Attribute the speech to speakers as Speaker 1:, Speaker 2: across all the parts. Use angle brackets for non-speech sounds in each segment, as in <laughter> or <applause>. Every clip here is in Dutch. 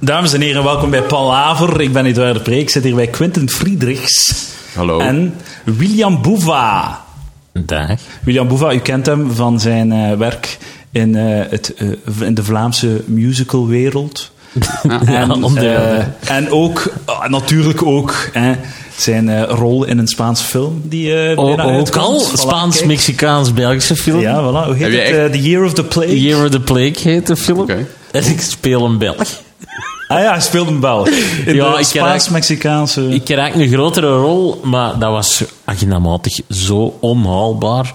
Speaker 1: Dames en heren, welkom bij Palaver. Ik ben Edouard de Preek, ik zit hier bij Quinten Friedrichs.
Speaker 2: Hallo.
Speaker 1: En William Boeva.
Speaker 3: Dag.
Speaker 1: William Boeva, u kent hem van zijn eh, werk in, eh, het, eh, in de Vlaamse
Speaker 3: <laughs>
Speaker 1: musicalwereld. en, eh,
Speaker 3: onder andere.
Speaker 1: en ook, ah, natuurlijk ook, hè, zijn eh, rol in een Spaans film. Die, eh
Speaker 3: O-
Speaker 1: bijna
Speaker 3: Oh, ook
Speaker 1: uitkomt.
Speaker 3: al
Speaker 1: Voilà,
Speaker 3: Spaans,
Speaker 1: kijk.
Speaker 3: Mexicaans, Belgische film.
Speaker 1: Ja, voilà. Hoe heet het?
Speaker 2: Heb jij echt-
Speaker 1: Eh, The Year of the Plague.
Speaker 3: Year of the Plague heet de film.
Speaker 2: Oké.
Speaker 3: En ik speel een Belg.
Speaker 1: Ah ja, hij speelde hem
Speaker 3: <laughs>
Speaker 1: wel. In
Speaker 3: Ja,
Speaker 1: de
Speaker 3: ik ken
Speaker 1: Spaans-Mexicaanse...
Speaker 3: Ik krijg een grotere rol, maar dat was agendamatig zo onhaalbaar.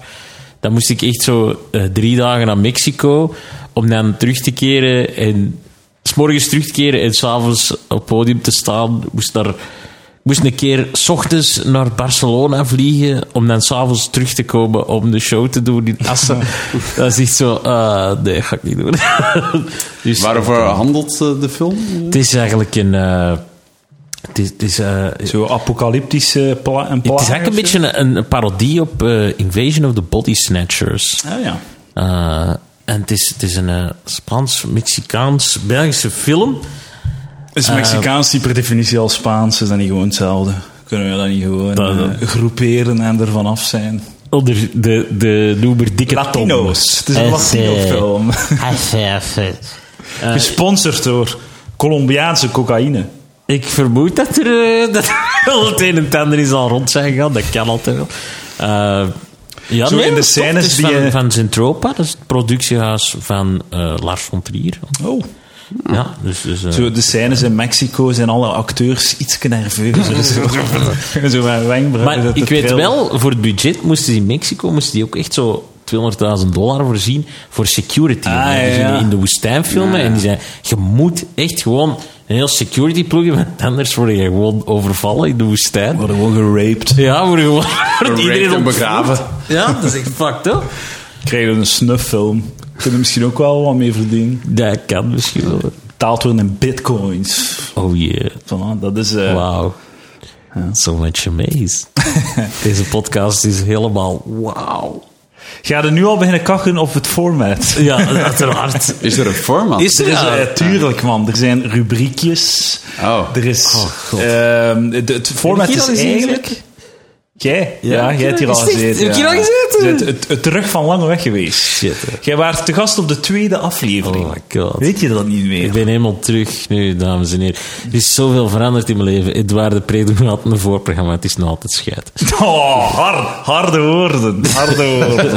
Speaker 3: Dan moest ik echt zo eh, drie dagen naar Mexico om dan terug te keren en... S'morgens terug te keren en s'avonds op het podium te staan. Moest daar... Ik moest een keer 's ochtends naar Barcelona vliegen om dan s'avonds terug te komen om de show te doen in Assen. dat is echt zo, eh, nee, ga ik niet doen. dus
Speaker 2: Waarover handelt eh, de film?
Speaker 3: het is eigenlijk een... eh, het is, het is, eh,
Speaker 1: Zo apocalyptische pla een
Speaker 3: het is
Speaker 1: plaag
Speaker 3: eigenlijk een
Speaker 1: of zo.
Speaker 3: beetje een, een parodie op eh, Invasion of the Body Snatchers.
Speaker 1: Ah ja.
Speaker 3: Eh, en het is, het is een eh, Spaans-Mexicaans-Belgische film.
Speaker 1: Is
Speaker 3: Eh,
Speaker 1: Mexicaans die per definitie al Spaans? Is dat niet gewoon hetzelfde? Kunnen we dat niet gewoon
Speaker 3: Dat-
Speaker 1: eh, groeperen en ervan af zijn?
Speaker 3: Onder Oh, de, de noemer dikke Tom.
Speaker 1: Latino's. Het is een
Speaker 3: Eh,
Speaker 1: Latino-film.
Speaker 3: eh, eh, eh,
Speaker 1: <laughs>
Speaker 3: eh.
Speaker 1: Gesponsord door Colombiaanse cocaïne.
Speaker 3: Ik vermoed dat er, eh, <laughs> dat er wel het een en het ander is al rond zijn gegaan. Dat kan altijd wel. Eh, ja,
Speaker 1: Zo in de
Speaker 3: dat is tof. Het
Speaker 1: scènes
Speaker 3: is
Speaker 1: die
Speaker 3: van,
Speaker 1: je-
Speaker 3: eh, van Zentropa, dat is het productiehuis van eh, Lars von Trier.
Speaker 1: Oh.
Speaker 3: Ja, dus, dus, eh,
Speaker 1: Zo, de scènes in Mexico zijn alle acteurs iets nerveuzer. zo, zo <laughs> met wenkbrauwen.
Speaker 3: Maar
Speaker 1: dat
Speaker 3: ik
Speaker 1: het
Speaker 3: weet
Speaker 1: heel-
Speaker 3: wel, voor het budget moesten ze in Mexico moesten die ook echt zo 200.000 dollar voorzien voor security.
Speaker 1: Ah,
Speaker 3: Die
Speaker 1: ja,
Speaker 3: gingen
Speaker 1: ja.
Speaker 3: in de woestijn filmen en die zei, je moet echt gewoon een heel security ploeg hebben, want anders word je gewoon overvallen in de woestijn.
Speaker 1: We worden gewoon geraped.
Speaker 3: Ja, word je
Speaker 1: <laughs>
Speaker 3: gewoon wordt
Speaker 2: Raped
Speaker 3: iedereen
Speaker 2: en
Speaker 3: ontvoerd.
Speaker 2: begraven.
Speaker 3: Ja, dat is echt fucked up.
Speaker 1: Krijgen we een snufffilm. Kunnen we misschien ook wel wat mee verdienen.
Speaker 3: Dat kan misschien wel.
Speaker 1: Betaald worden in bitcoins.
Speaker 3: Oh yeah.
Speaker 1: Voilà, dat is... eh,
Speaker 3: Wauw. So much
Speaker 1: <laughs>
Speaker 3: amaze. Deze podcast is helemaal wauw.
Speaker 1: Ga er nu al beginnen kakken op het format?
Speaker 3: Ja, uiteraard.
Speaker 2: Is er een format?
Speaker 1: Is er is,
Speaker 3: Ja.
Speaker 1: eh, tuurlijk, man. Er zijn rubriekjes.
Speaker 2: Oh.
Speaker 1: Er is...
Speaker 3: God.
Speaker 1: ehm, de- het format
Speaker 3: Heb ik hier
Speaker 1: is
Speaker 3: al eens in
Speaker 1: eigenlijk... Jij? Ja,
Speaker 3: heb ik
Speaker 1: jij hebt
Speaker 3: hier
Speaker 1: hier al
Speaker 3: al gezeten?
Speaker 1: gezeten.
Speaker 3: Heb ik hier
Speaker 1: ja.
Speaker 3: al gezeten?
Speaker 1: Je bent Het, het terug van lange weg geweest.
Speaker 3: Shit, hè.
Speaker 1: Jij was te gast op de tweede aflevering.
Speaker 3: Oh my god.
Speaker 1: Weet je dat niet meer?
Speaker 3: Ik ben helemaal terug nu, dames en heren. Er is zoveel veranderd in mijn leven. Edouard de Pre <laughs> doet altijd een voorprogramma. Het is nog altijd scheid.
Speaker 1: Oh, har- harde woorden. Harde woorden.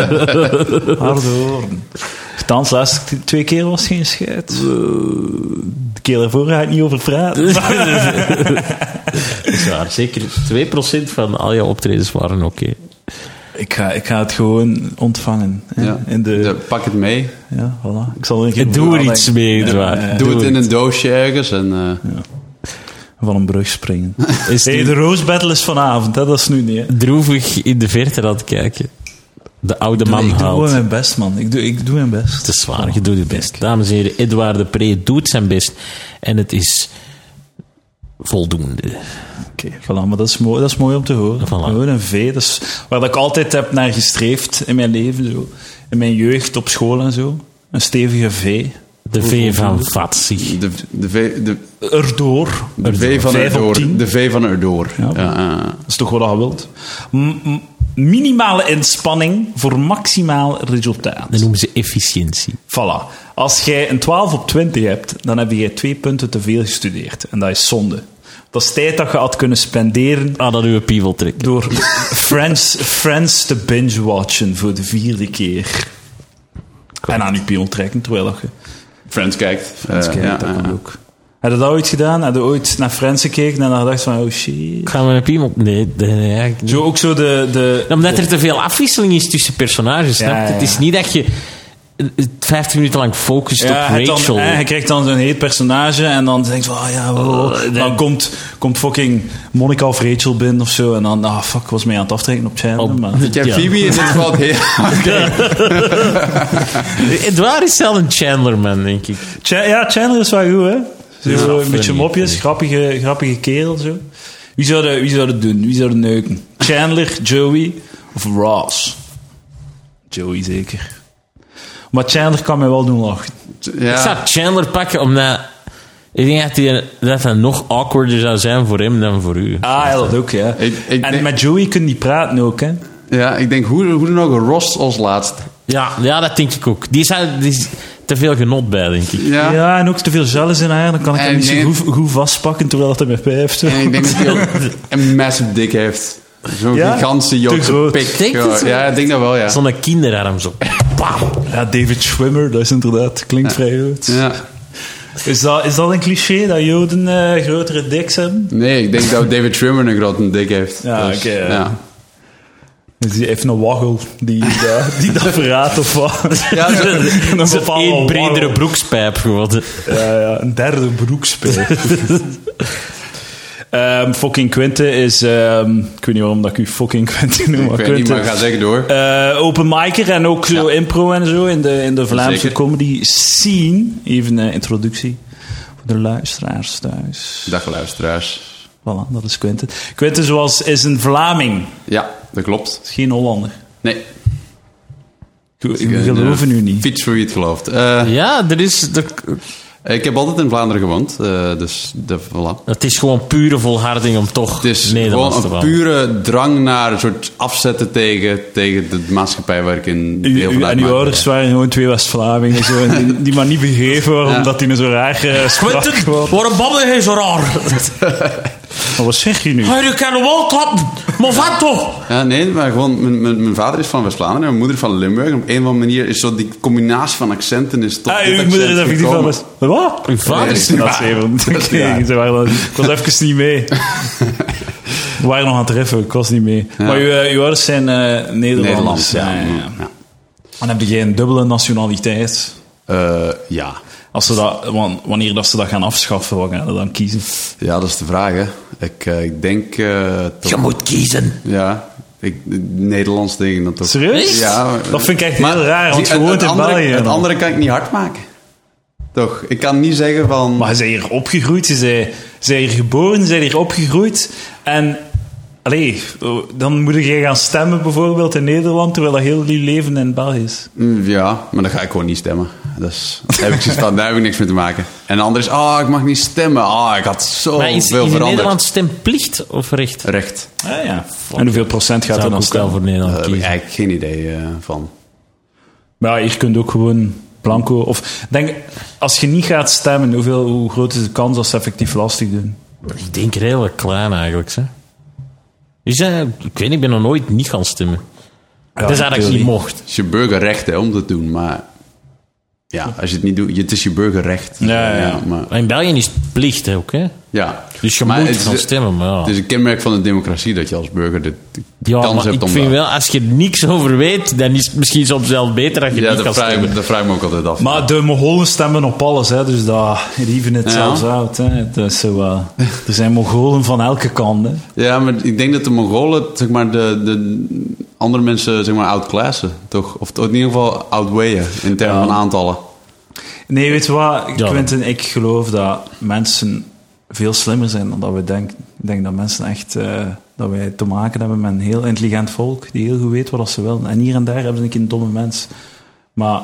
Speaker 1: <laughs> harde woorden. Eh. Vertans, de laatste twee keer was geen scheid. De keer daarvoor ga ik niet over praten.
Speaker 3: Dat is waar. Zeker 2% van al je optredens waren oké.
Speaker 1: <laughs> Ik ga, ik ga het gewoon ontvangen. hè,
Speaker 2: Ja.
Speaker 1: In de,
Speaker 2: Ja,
Speaker 1: ja.
Speaker 2: pak het mee.
Speaker 1: voilà. Ik zal er geen
Speaker 3: En Doe er
Speaker 1: verhaal
Speaker 3: iets
Speaker 1: aan-
Speaker 3: mee, Edouard.
Speaker 2: Doe, het in een doosje ergens. En, eh,
Speaker 1: Van een brug springen. <laughs>
Speaker 3: Is
Speaker 1: Hey,
Speaker 3: die
Speaker 1: de Rose Battle is vanavond, hè? dat is nu niet. Hè?
Speaker 3: droevig in de verte aan het kijken. De oude man
Speaker 1: ik doe
Speaker 3: haalt.
Speaker 1: gewoon mijn best, man. Ik doe, ik doe mijn best.
Speaker 3: Het is zwaar, je doet je best. Dames en heren, Edouard de Pre doet zijn best. En het is voldoende.
Speaker 1: Oké, voilà, maar dat is, mooi, dat is mooi om te horen.
Speaker 3: Voilà.
Speaker 1: Gewoon een V, dat is waar dat ik altijd heb naar gestreefd in mijn leven. Zo. In mijn jeugd, op school en zo. Een stevige V.
Speaker 3: De V van Vatsie.
Speaker 2: de, de, v, de,
Speaker 1: Erdoor.
Speaker 2: de V van
Speaker 1: Vijf op
Speaker 2: Erdoor.
Speaker 1: tien.
Speaker 2: De V van Erdoor.
Speaker 1: Ja.
Speaker 2: Ja, eh,
Speaker 1: Dat is toch wat je wilt? M- m- minimale inspanning voor maximaal resultaat.
Speaker 3: Dat noemen ze efficiëntie.
Speaker 1: Voilà. Als jij een 12 op 20 hebt, dan heb jij twee punten te veel gestudeerd. En dat is zonde. Dat is tijd dat je had kunnen spenderen
Speaker 3: Ah, dat uw piebel trekken.
Speaker 1: door Friends, Friends te binge-watchen voor de vierde keer. En aan je pion trekken, terwijl dat je...
Speaker 2: Friends kijkt.
Speaker 1: Friends
Speaker 2: Eh,
Speaker 1: kijkt,
Speaker 2: ja,
Speaker 1: dat
Speaker 2: eh,
Speaker 1: kan ook. Heb je dat ooit gedaan? Heb je ooit naar Friends gekeken en dan gedacht van, oh shit...
Speaker 3: Gaan we een piemel... Nee, nee, nee, eigenlijk niet.
Speaker 1: Zo ook zo de... de
Speaker 3: Omdat er te veel afwisseling is tussen personages, snap je?
Speaker 1: ja, ja.
Speaker 3: Het is niet dat je eh, eh, 15 minuten lang focust
Speaker 1: Ja,
Speaker 3: op
Speaker 1: hij dan-
Speaker 3: Rachel.
Speaker 1: eh, je krijgt dan zo'n heet personage en dan denk je van, ah ja, wow. dan komt, komt fucking Monica of Rachel binnen of zo en dan, ah fuck, was mij aan het aftrekken op Channel.
Speaker 3: Op-
Speaker 1: maar.
Speaker 2: Ik heb
Speaker 3: Ja.
Speaker 2: Phoebe in
Speaker 1: <laughs>
Speaker 2: dit geval heel...
Speaker 3: Edouard is zelf een Chandler, man, denk ik.
Speaker 1: Cha- ja, Chandler is wel goed, hè? Zo
Speaker 3: Ja,
Speaker 1: een
Speaker 3: funny,
Speaker 1: beetje mopjes,
Speaker 3: funny.
Speaker 1: grappige, grappige kerel zo. Wie zou, dat, wie zou dat doen? Wie zou dat neuken? Chandler, Joey of Ross? Joey zeker. Maar Chandler kan mij wel doen lachen.
Speaker 2: Ja.
Speaker 3: Ik zou Chandler pakken omdat Ik denk dat, die, dat dat nog awkwarder zou zijn voor hem dan voor u.
Speaker 1: Ah, ja, dat ook, ja.
Speaker 2: Ik- ik
Speaker 1: en
Speaker 2: denk-
Speaker 1: met Joey kun je niet praten ook, hè.
Speaker 2: Ja, ik denk, hoe, hoe dan ook, Rost als laatst.
Speaker 3: Ja, ja, dat denk ik ook. Die zijn die is te veel genot bij, denk ik.
Speaker 2: Ja.
Speaker 1: Ja, en ook te veel zelfs in haar. Dan kan ik
Speaker 2: En
Speaker 1: hem niet
Speaker 2: nee.
Speaker 1: zo goed, goed vastpakken terwijl het hem bij mij heeft.
Speaker 2: En ik denk
Speaker 1: <laughs>
Speaker 2: dat hij ook een massive dik heeft. Zo'n
Speaker 1: Ja?
Speaker 2: gigantische
Speaker 1: Te
Speaker 2: Joodse
Speaker 1: groot.
Speaker 2: pik.
Speaker 3: Denk je
Speaker 2: Ja,
Speaker 3: zo?
Speaker 2: ja, ik denk dat wel, ja.
Speaker 3: Zo'n kinderarm zo. Bam.
Speaker 1: Ja, David Schwimmer, dat is inderdaad, klinkt vrij goed.
Speaker 2: ja.
Speaker 1: Is, dat, is dat een cliché, dat Joden eh, grotere diks hebben?
Speaker 2: Nee, ik denk dat David Schwimmer een grote dik heeft.
Speaker 1: Ja,
Speaker 2: Dus,
Speaker 1: oké, ja.
Speaker 2: ja.
Speaker 1: Dus die heeft een waggel die, dat- <laughs> die dat verraadt of wat.
Speaker 2: Ja, zo-
Speaker 1: <laughs> een
Speaker 3: Zo'n één bredere
Speaker 1: waggel.
Speaker 3: broekspijp geworden.
Speaker 1: Ja, ja, een derde
Speaker 2: <laughs>
Speaker 1: broekspeel. Ehm fucking Quinte is... ehm, ik weet niet waarom dat ik u fucking Quinte noem, maar
Speaker 2: Ik weet niet,
Speaker 1: Quinte...
Speaker 2: maar ga zeker door.
Speaker 1: eh, open micer en ook zo impro en zo in de, in de Vlaamse
Speaker 2: Zeker.
Speaker 1: comedy scene. Even een introductie voor de luisteraars thuis.
Speaker 2: Dag luisteraars.
Speaker 1: Voilà, dat is Quinte. Quinte zoals is een Vlaming,
Speaker 2: Ja, dat klopt.
Speaker 1: is geen Hollander.
Speaker 2: Nee. eh,
Speaker 1: We geloven u niet.
Speaker 2: Fiets voor wie het gelooft. Eh,
Speaker 3: Ja, er is, er-
Speaker 2: ik heb altijd in Vlaanderen gewoond, eh, dus de, voilà.
Speaker 3: het is gewoon pure volharding om toch
Speaker 2: Het is
Speaker 3: Nederlands te
Speaker 2: gewoon een
Speaker 3: vallen.
Speaker 2: pure drang naar een soort afzetten tegen, tegen de maatschappij waar ik in
Speaker 1: U,
Speaker 2: deel
Speaker 1: u-
Speaker 2: van
Speaker 1: en uw
Speaker 2: uitmaak.
Speaker 1: ouders waren gewoon twee West-Vlamingen. Zo, en die, die maar niet begrepen waarom
Speaker 2: Ja.
Speaker 1: dat die een zo raar eh, sprak.
Speaker 3: Quinten,
Speaker 1: gewoon.
Speaker 3: waarom babbel je zo <laughs> raar?
Speaker 1: Maar wat zeg je nu? Ah,
Speaker 3: Hey, je kan wel klappen, maar wat toch?
Speaker 2: Ja, nee, maar gewoon, mijn, mijn, mijn vader is van West-Vlaanderen en mijn moeder van Limburg. En op een of andere manier is zo die combinatie van accenten is toch
Speaker 1: Ah,
Speaker 2: dit
Speaker 1: uw
Speaker 2: accent
Speaker 1: moeder is effectief
Speaker 2: gekomen.
Speaker 1: van West... Wat? Uw
Speaker 3: vader
Speaker 2: is niet waar.
Speaker 1: <laughs> Ik
Speaker 2: Ja.
Speaker 1: was even niet
Speaker 2: <laughs>
Speaker 1: mee. We waren nog aan het riffen, ik was niet mee. Maar uw, eh, uw ouders zijn eh, Nederlanders.
Speaker 2: Nederlands, ja.
Speaker 1: ja, ja.
Speaker 2: ja.
Speaker 1: En heb je een dubbele nationaliteit?
Speaker 2: Eh, ja.
Speaker 1: Als ze dat, wan- wanneer dat ze dat gaan afschaffen, wat gaan ze dan kiezen?
Speaker 2: Ja, dat is de vraag, hè. Ik, eh, ik denk... eh, toch-
Speaker 3: Je moet kiezen.
Speaker 2: ja, ik, Nederlands denk ik dan toch.
Speaker 1: Serieus?
Speaker 2: Ja.
Speaker 1: dat vind ik echt
Speaker 2: maar-
Speaker 1: heel raar, want
Speaker 2: zie,
Speaker 1: je
Speaker 2: het-
Speaker 1: woont
Speaker 2: het
Speaker 1: in
Speaker 2: andere,
Speaker 1: België.
Speaker 2: Het
Speaker 1: dan.
Speaker 2: andere kan ik niet hard maken. Toch? Ik kan niet zeggen van...
Speaker 1: Maar ze zijn hier opgegroeid, ze zijn, ze zijn hier geboren, ze zijn hier opgegroeid. En allee, dan moet je gaan stemmen bijvoorbeeld in Nederland, terwijl dat heel die leven in België is.
Speaker 2: Mm, Ja, maar dan ga ik gewoon niet stemmen. Dus daar heb ik, zoiets van, <laughs> daar heb ik niks mee te maken. En de ander is, ah, ik mag niet stemmen. Ah, ik had
Speaker 3: Maar
Speaker 2: zoveel
Speaker 3: is in
Speaker 2: veranderd.
Speaker 3: Nederland stemplicht of recht?
Speaker 2: Recht.
Speaker 1: Ah, ja. En hoeveel procent gaat
Speaker 3: Zou
Speaker 1: er
Speaker 3: ik
Speaker 1: dan
Speaker 3: ook wel
Speaker 1: stemmen?
Speaker 3: voor Nederland
Speaker 2: Daar heb ik
Speaker 3: kiezen.
Speaker 2: eigenlijk geen idee eh, van.
Speaker 1: Maar ja, hier kun je ook gewoon blanco. Of denk, als je niet gaat stemmen, hoeveel, hoe groot is de kans dat ze effectief lastig doen?
Speaker 3: Ik denk redelijk klein eigenlijk. Hè. Is dat, ik weet niet, ik ben nog nooit niet gaan stemmen.
Speaker 1: Ja,
Speaker 3: dat is eigenlijk niet
Speaker 1: natuurlijk.
Speaker 3: mocht.
Speaker 2: Het is je burgerrecht hè, om dat te doen, maar... Ja, als je het niet doet, je- het is je burgerrecht.
Speaker 1: ja, ja.
Speaker 2: maar,
Speaker 3: Maar in België is het plicht hè, ook. Hè.
Speaker 2: ja.
Speaker 3: Dus je
Speaker 2: Maar
Speaker 3: moet
Speaker 2: het is
Speaker 3: gaan
Speaker 2: de-
Speaker 3: stemmen. Maar ja.
Speaker 2: Het is een kenmerk van de democratie dat je als burger de de
Speaker 3: Ja,
Speaker 2: kans
Speaker 3: maar
Speaker 2: hebt
Speaker 3: ik
Speaker 2: om... eh,
Speaker 3: vind
Speaker 2: dat-
Speaker 3: wel, als je er niks over weet, dan is het misschien soms wel beter dat je
Speaker 2: ja,
Speaker 3: niet kan
Speaker 2: dat vraag, ik
Speaker 3: stemmen.
Speaker 2: me- dat vraag ik me ook altijd af.
Speaker 1: Maar de Mongolen stemmen op alles, hè, dus dat even het
Speaker 2: Ja.
Speaker 1: zelfs uit. Hè. Het is zo, eh, er zijn Mongolen van elke kant. Hè.
Speaker 2: Ja, maar ik denk dat de Mongolen, zeg maar, de, de andere mensen, zeg maar, outclassen, toch? Of in ieder geval outweighen in termen van aantallen.
Speaker 1: Nee, weet je wat,
Speaker 3: Ja.
Speaker 1: Quentin, ik geloof dat mensen veel slimmer zijn dan dat we denken. Ik denk dat mensen echt, eh, dat wij te maken hebben met een heel intelligent volk, die heel goed weet wat dat ze willen. En hier en daar hebben ze een keer een domme mens. Maar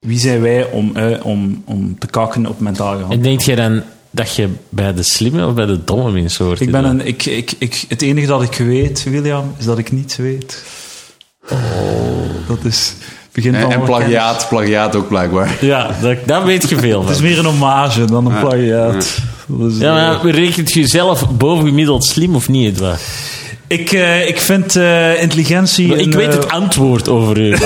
Speaker 1: wie zijn wij om, eh, om, om te kakken op mentaal gehad?
Speaker 3: En denk je dan dat je bij de slimme of bij de domme mensen hoort?
Speaker 1: Ik
Speaker 3: die
Speaker 1: ben
Speaker 3: dat-
Speaker 1: een, ik, ik, ik, het enige dat ik weet, William, is dat ik niets weet. Oh. Dat is, begint
Speaker 2: En,
Speaker 1: al
Speaker 2: en
Speaker 1: wat kennis.
Speaker 2: plagiaat, plagiaat ook blijkbaar.
Speaker 3: Ja, dat, daar weet je veel
Speaker 1: Het
Speaker 3: van.
Speaker 1: is meer een hommage dan een plagiaat. Dat is,
Speaker 3: <laughs> Ja,
Speaker 1: eh,
Speaker 3: maar rekent je jezelf bovengemiddeld slim of niet, Edouard?
Speaker 1: Ik, eh, ik vind eh, intelligentie.
Speaker 3: Ik
Speaker 1: een,
Speaker 3: weet
Speaker 1: eh,
Speaker 3: het antwoord over u.
Speaker 1: <laughs>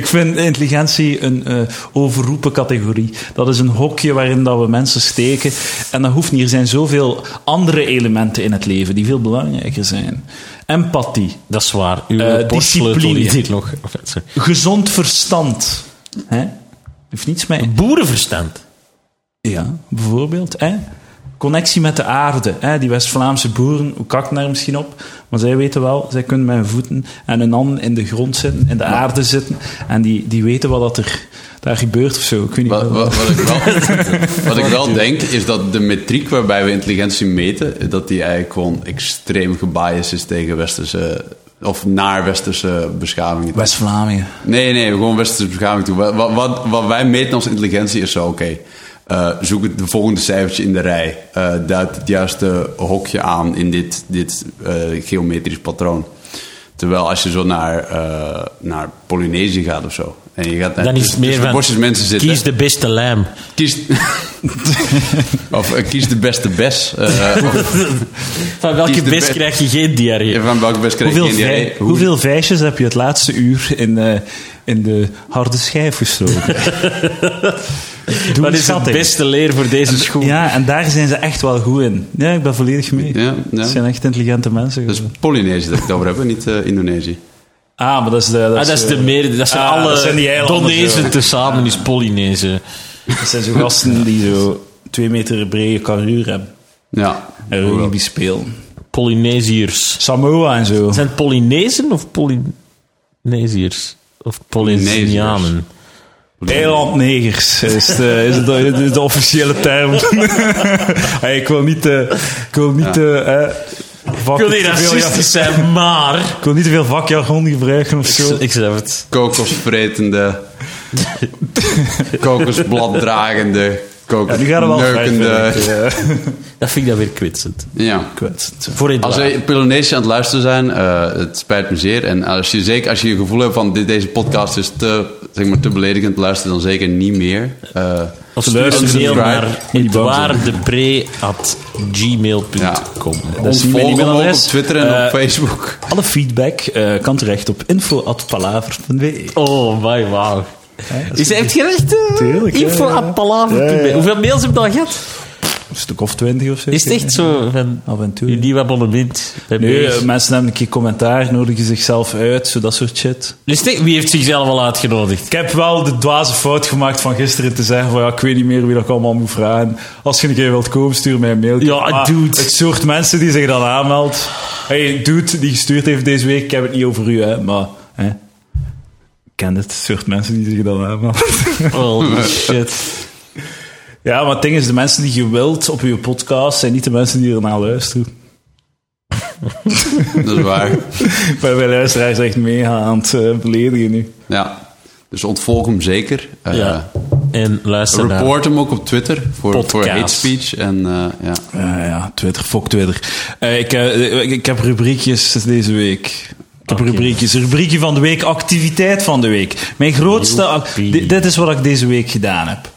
Speaker 1: ik vind intelligentie een eh, overroepen categorie. Dat is een hokje waarin dat we mensen steken. En dat hoeft niet. Er zijn zoveel andere elementen in het leven die veel belangrijker zijn: empathie,
Speaker 3: <laughs> Dat is waar. Uw
Speaker 1: Eh,
Speaker 3: postsleutel
Speaker 1: discipline.
Speaker 3: is hier nog. Of, eh, sorry.
Speaker 1: gezond verstand. Hè? Heeft niets mee.
Speaker 3: Boerenverstand.
Speaker 1: Ja, bijvoorbeeld. Hè? Connectie met de aarde. Hè? Die West-Vlaamse boeren, hoe kak daar misschien op. Maar zij weten wel, zij kunnen met hun voeten en hun handen in de grond zitten, in de aarde zitten. En die, die weten wat dat er daar gebeurt of zo. Ik weet niet
Speaker 2: Wat,
Speaker 1: wat-
Speaker 2: wat, wat ik wel,
Speaker 3: <laughs>
Speaker 2: wat ik wel denk, is dat de metriek waarbij we intelligentie meten, dat die eigenlijk gewoon extreem gebiased is tegen westerse, of naar westerse beschavingen.
Speaker 1: West-Vlamingen.
Speaker 2: Nee, nee, gewoon westerse beschaving toe. Wat, wat, wat, wat wij meten als intelligentie is zo, oké. eh, zoek het de volgende cijfertje in de rij. Eh, duid het juiste hokje aan in dit, dit eh, geometrisch patroon. Terwijl als je zo naar, eh, naar Polynesië gaat of zo. En je gaat naar
Speaker 3: Dan is het
Speaker 2: tussen-
Speaker 3: meer
Speaker 2: dus tussen
Speaker 3: van,
Speaker 2: bosjes mensen zitten.
Speaker 3: kies de beste lijm.
Speaker 2: Kies, <laughs> of eh, kies de beste bes.
Speaker 3: <laughs>
Speaker 2: eh, of-
Speaker 3: Van welke
Speaker 2: Kies de
Speaker 3: best
Speaker 2: be-
Speaker 3: krijg je geen diarree?
Speaker 2: van welke bes krijg je
Speaker 1: Hoeveel,
Speaker 2: geen
Speaker 1: vij-
Speaker 2: idee. Hoe-
Speaker 1: hoeveel vijsjes heb je het laatste uur in, eh, in de harde schijf
Speaker 2: <laughs>
Speaker 1: gestoken? Doe
Speaker 3: Dat
Speaker 1: een
Speaker 3: is de
Speaker 1: schatting.
Speaker 3: beste leer voor deze school.
Speaker 1: Ja, en daar zijn ze echt wel goed in. Ja, ik ben volledig mee.
Speaker 2: Ja, ja.
Speaker 1: Het zijn echt intelligente mensen.
Speaker 2: Dat is Polynesië dat ik het over heb, en niet eh, Indonesië.
Speaker 1: Ah, maar dat is de...
Speaker 3: Ah, dat is de meer, dat zijn
Speaker 1: Ah,
Speaker 3: alle
Speaker 1: dat zijn die eilanden zo.
Speaker 3: Donezen tezamen, is Polynezen.
Speaker 1: Dat zijn zo gasten die zo twee meter brede carrière hebben.
Speaker 2: Ja.
Speaker 1: En rugby spelen.
Speaker 3: Polynesiërs.
Speaker 1: Samoa en zo.
Speaker 3: Zijn het Polynezen of Polynesiërs? Of Polynesianen?
Speaker 1: Eilandnegers is, de, is de, de, de officiële term. hey, ik wil niet... eh, ik wil niet... eh, eh, vak-
Speaker 3: Ik wil niet
Speaker 1: te veel-
Speaker 3: racistisch zijn, maar...
Speaker 1: Ik wil niet te veel vakjargon gebruiken of zo.
Speaker 3: Ik zeg het.
Speaker 2: kokosvretende, kokosbladdragende,
Speaker 1: Ja, nu gaan we wel eh,
Speaker 2: kokosneukende.
Speaker 3: Dat vind ik dan weer kwetsend.
Speaker 2: Ja.
Speaker 3: Voor
Speaker 2: Als
Speaker 3: Edouard.
Speaker 2: wij Polynesië aan het luisteren zijn, eh, het spijt me zeer. En als je, zeker als je het gevoel hebt van dit, deze podcast is te, zeg maar, te beledigend, luister dan zeker niet meer. Eh,
Speaker 3: Of
Speaker 2: Luister,
Speaker 3: stuur een mail
Speaker 2: subscribe.
Speaker 3: naar
Speaker 1: Niet bang zijn.
Speaker 3: edouarddepree.gmail.com.
Speaker 1: Dat is
Speaker 2: ons
Speaker 1: mijn
Speaker 2: volgen ook op
Speaker 1: e-mailadres.
Speaker 2: Twitter en
Speaker 1: Eh,
Speaker 2: op
Speaker 1: <laughs>
Speaker 2: Facebook.
Speaker 1: Alle feedback eh, kan terecht op info.palaver.be.
Speaker 3: Oh, my wow. Is hij echt gerecht? eh,
Speaker 1: Tuurlijk, ja,
Speaker 3: Info
Speaker 1: ja.
Speaker 3: at palaver.be.
Speaker 1: Ja, ja.
Speaker 3: Hoeveel mails heb je al gehad?
Speaker 1: Een stuk of twintig of zo.
Speaker 3: Is het echt zo van...
Speaker 1: Af en toe,
Speaker 3: Je
Speaker 1: ja.
Speaker 3: nieuw abonnement. bij
Speaker 1: Ah. Nee,
Speaker 3: Bees?
Speaker 1: eh, mensen hebben een keer commentaar, nodigen zichzelf uit, zo dat soort shit.
Speaker 3: Is het echt- Wie heeft zichzelf al uitgenodigd?
Speaker 1: Ik heb wel de dwaze fout gemaakt van gisteren te zeggen van ja, ik weet niet meer wie dat ik allemaal moet vragen. Als je een keer wilt komen, stuur mij een mailtje.
Speaker 3: Ja,
Speaker 1: Maar
Speaker 3: dude.
Speaker 1: Het soort mensen die zich dan aanmeldt. Hey, dude, die gestuurd heeft deze week, ik heb het niet over u, hè, maar... Hè, ik ken het, het soort mensen die zich dan aanmelden.
Speaker 3: <laughs> Holy shit.
Speaker 1: Ja, maar het ding is, de mensen die je wilt op je podcast zijn niet de mensen die ernaar luisteren. <laughs>
Speaker 2: Dat is waar.
Speaker 1: Maar wij luisteraars echt mega aan het eh, beledigen nu.
Speaker 2: ja. Dus ontvolg hem zeker. Eh,
Speaker 3: Ja. En luister naar...
Speaker 2: Report hem ook op Twitter voor, voor
Speaker 3: Podcast.
Speaker 2: hate speech. En, eh, ja.
Speaker 1: Ja, ja, Twitter, fuck Twitter. Eh, ik, eh, ik, ik heb rubriekjes deze week. Ik heb
Speaker 3: Oké.
Speaker 1: rubriekjes. Rubriekje van de week, activiteit van de week. Mijn grootste... ac-
Speaker 3: Joepie.
Speaker 1: Di- dit is wat ik deze week gedaan heb.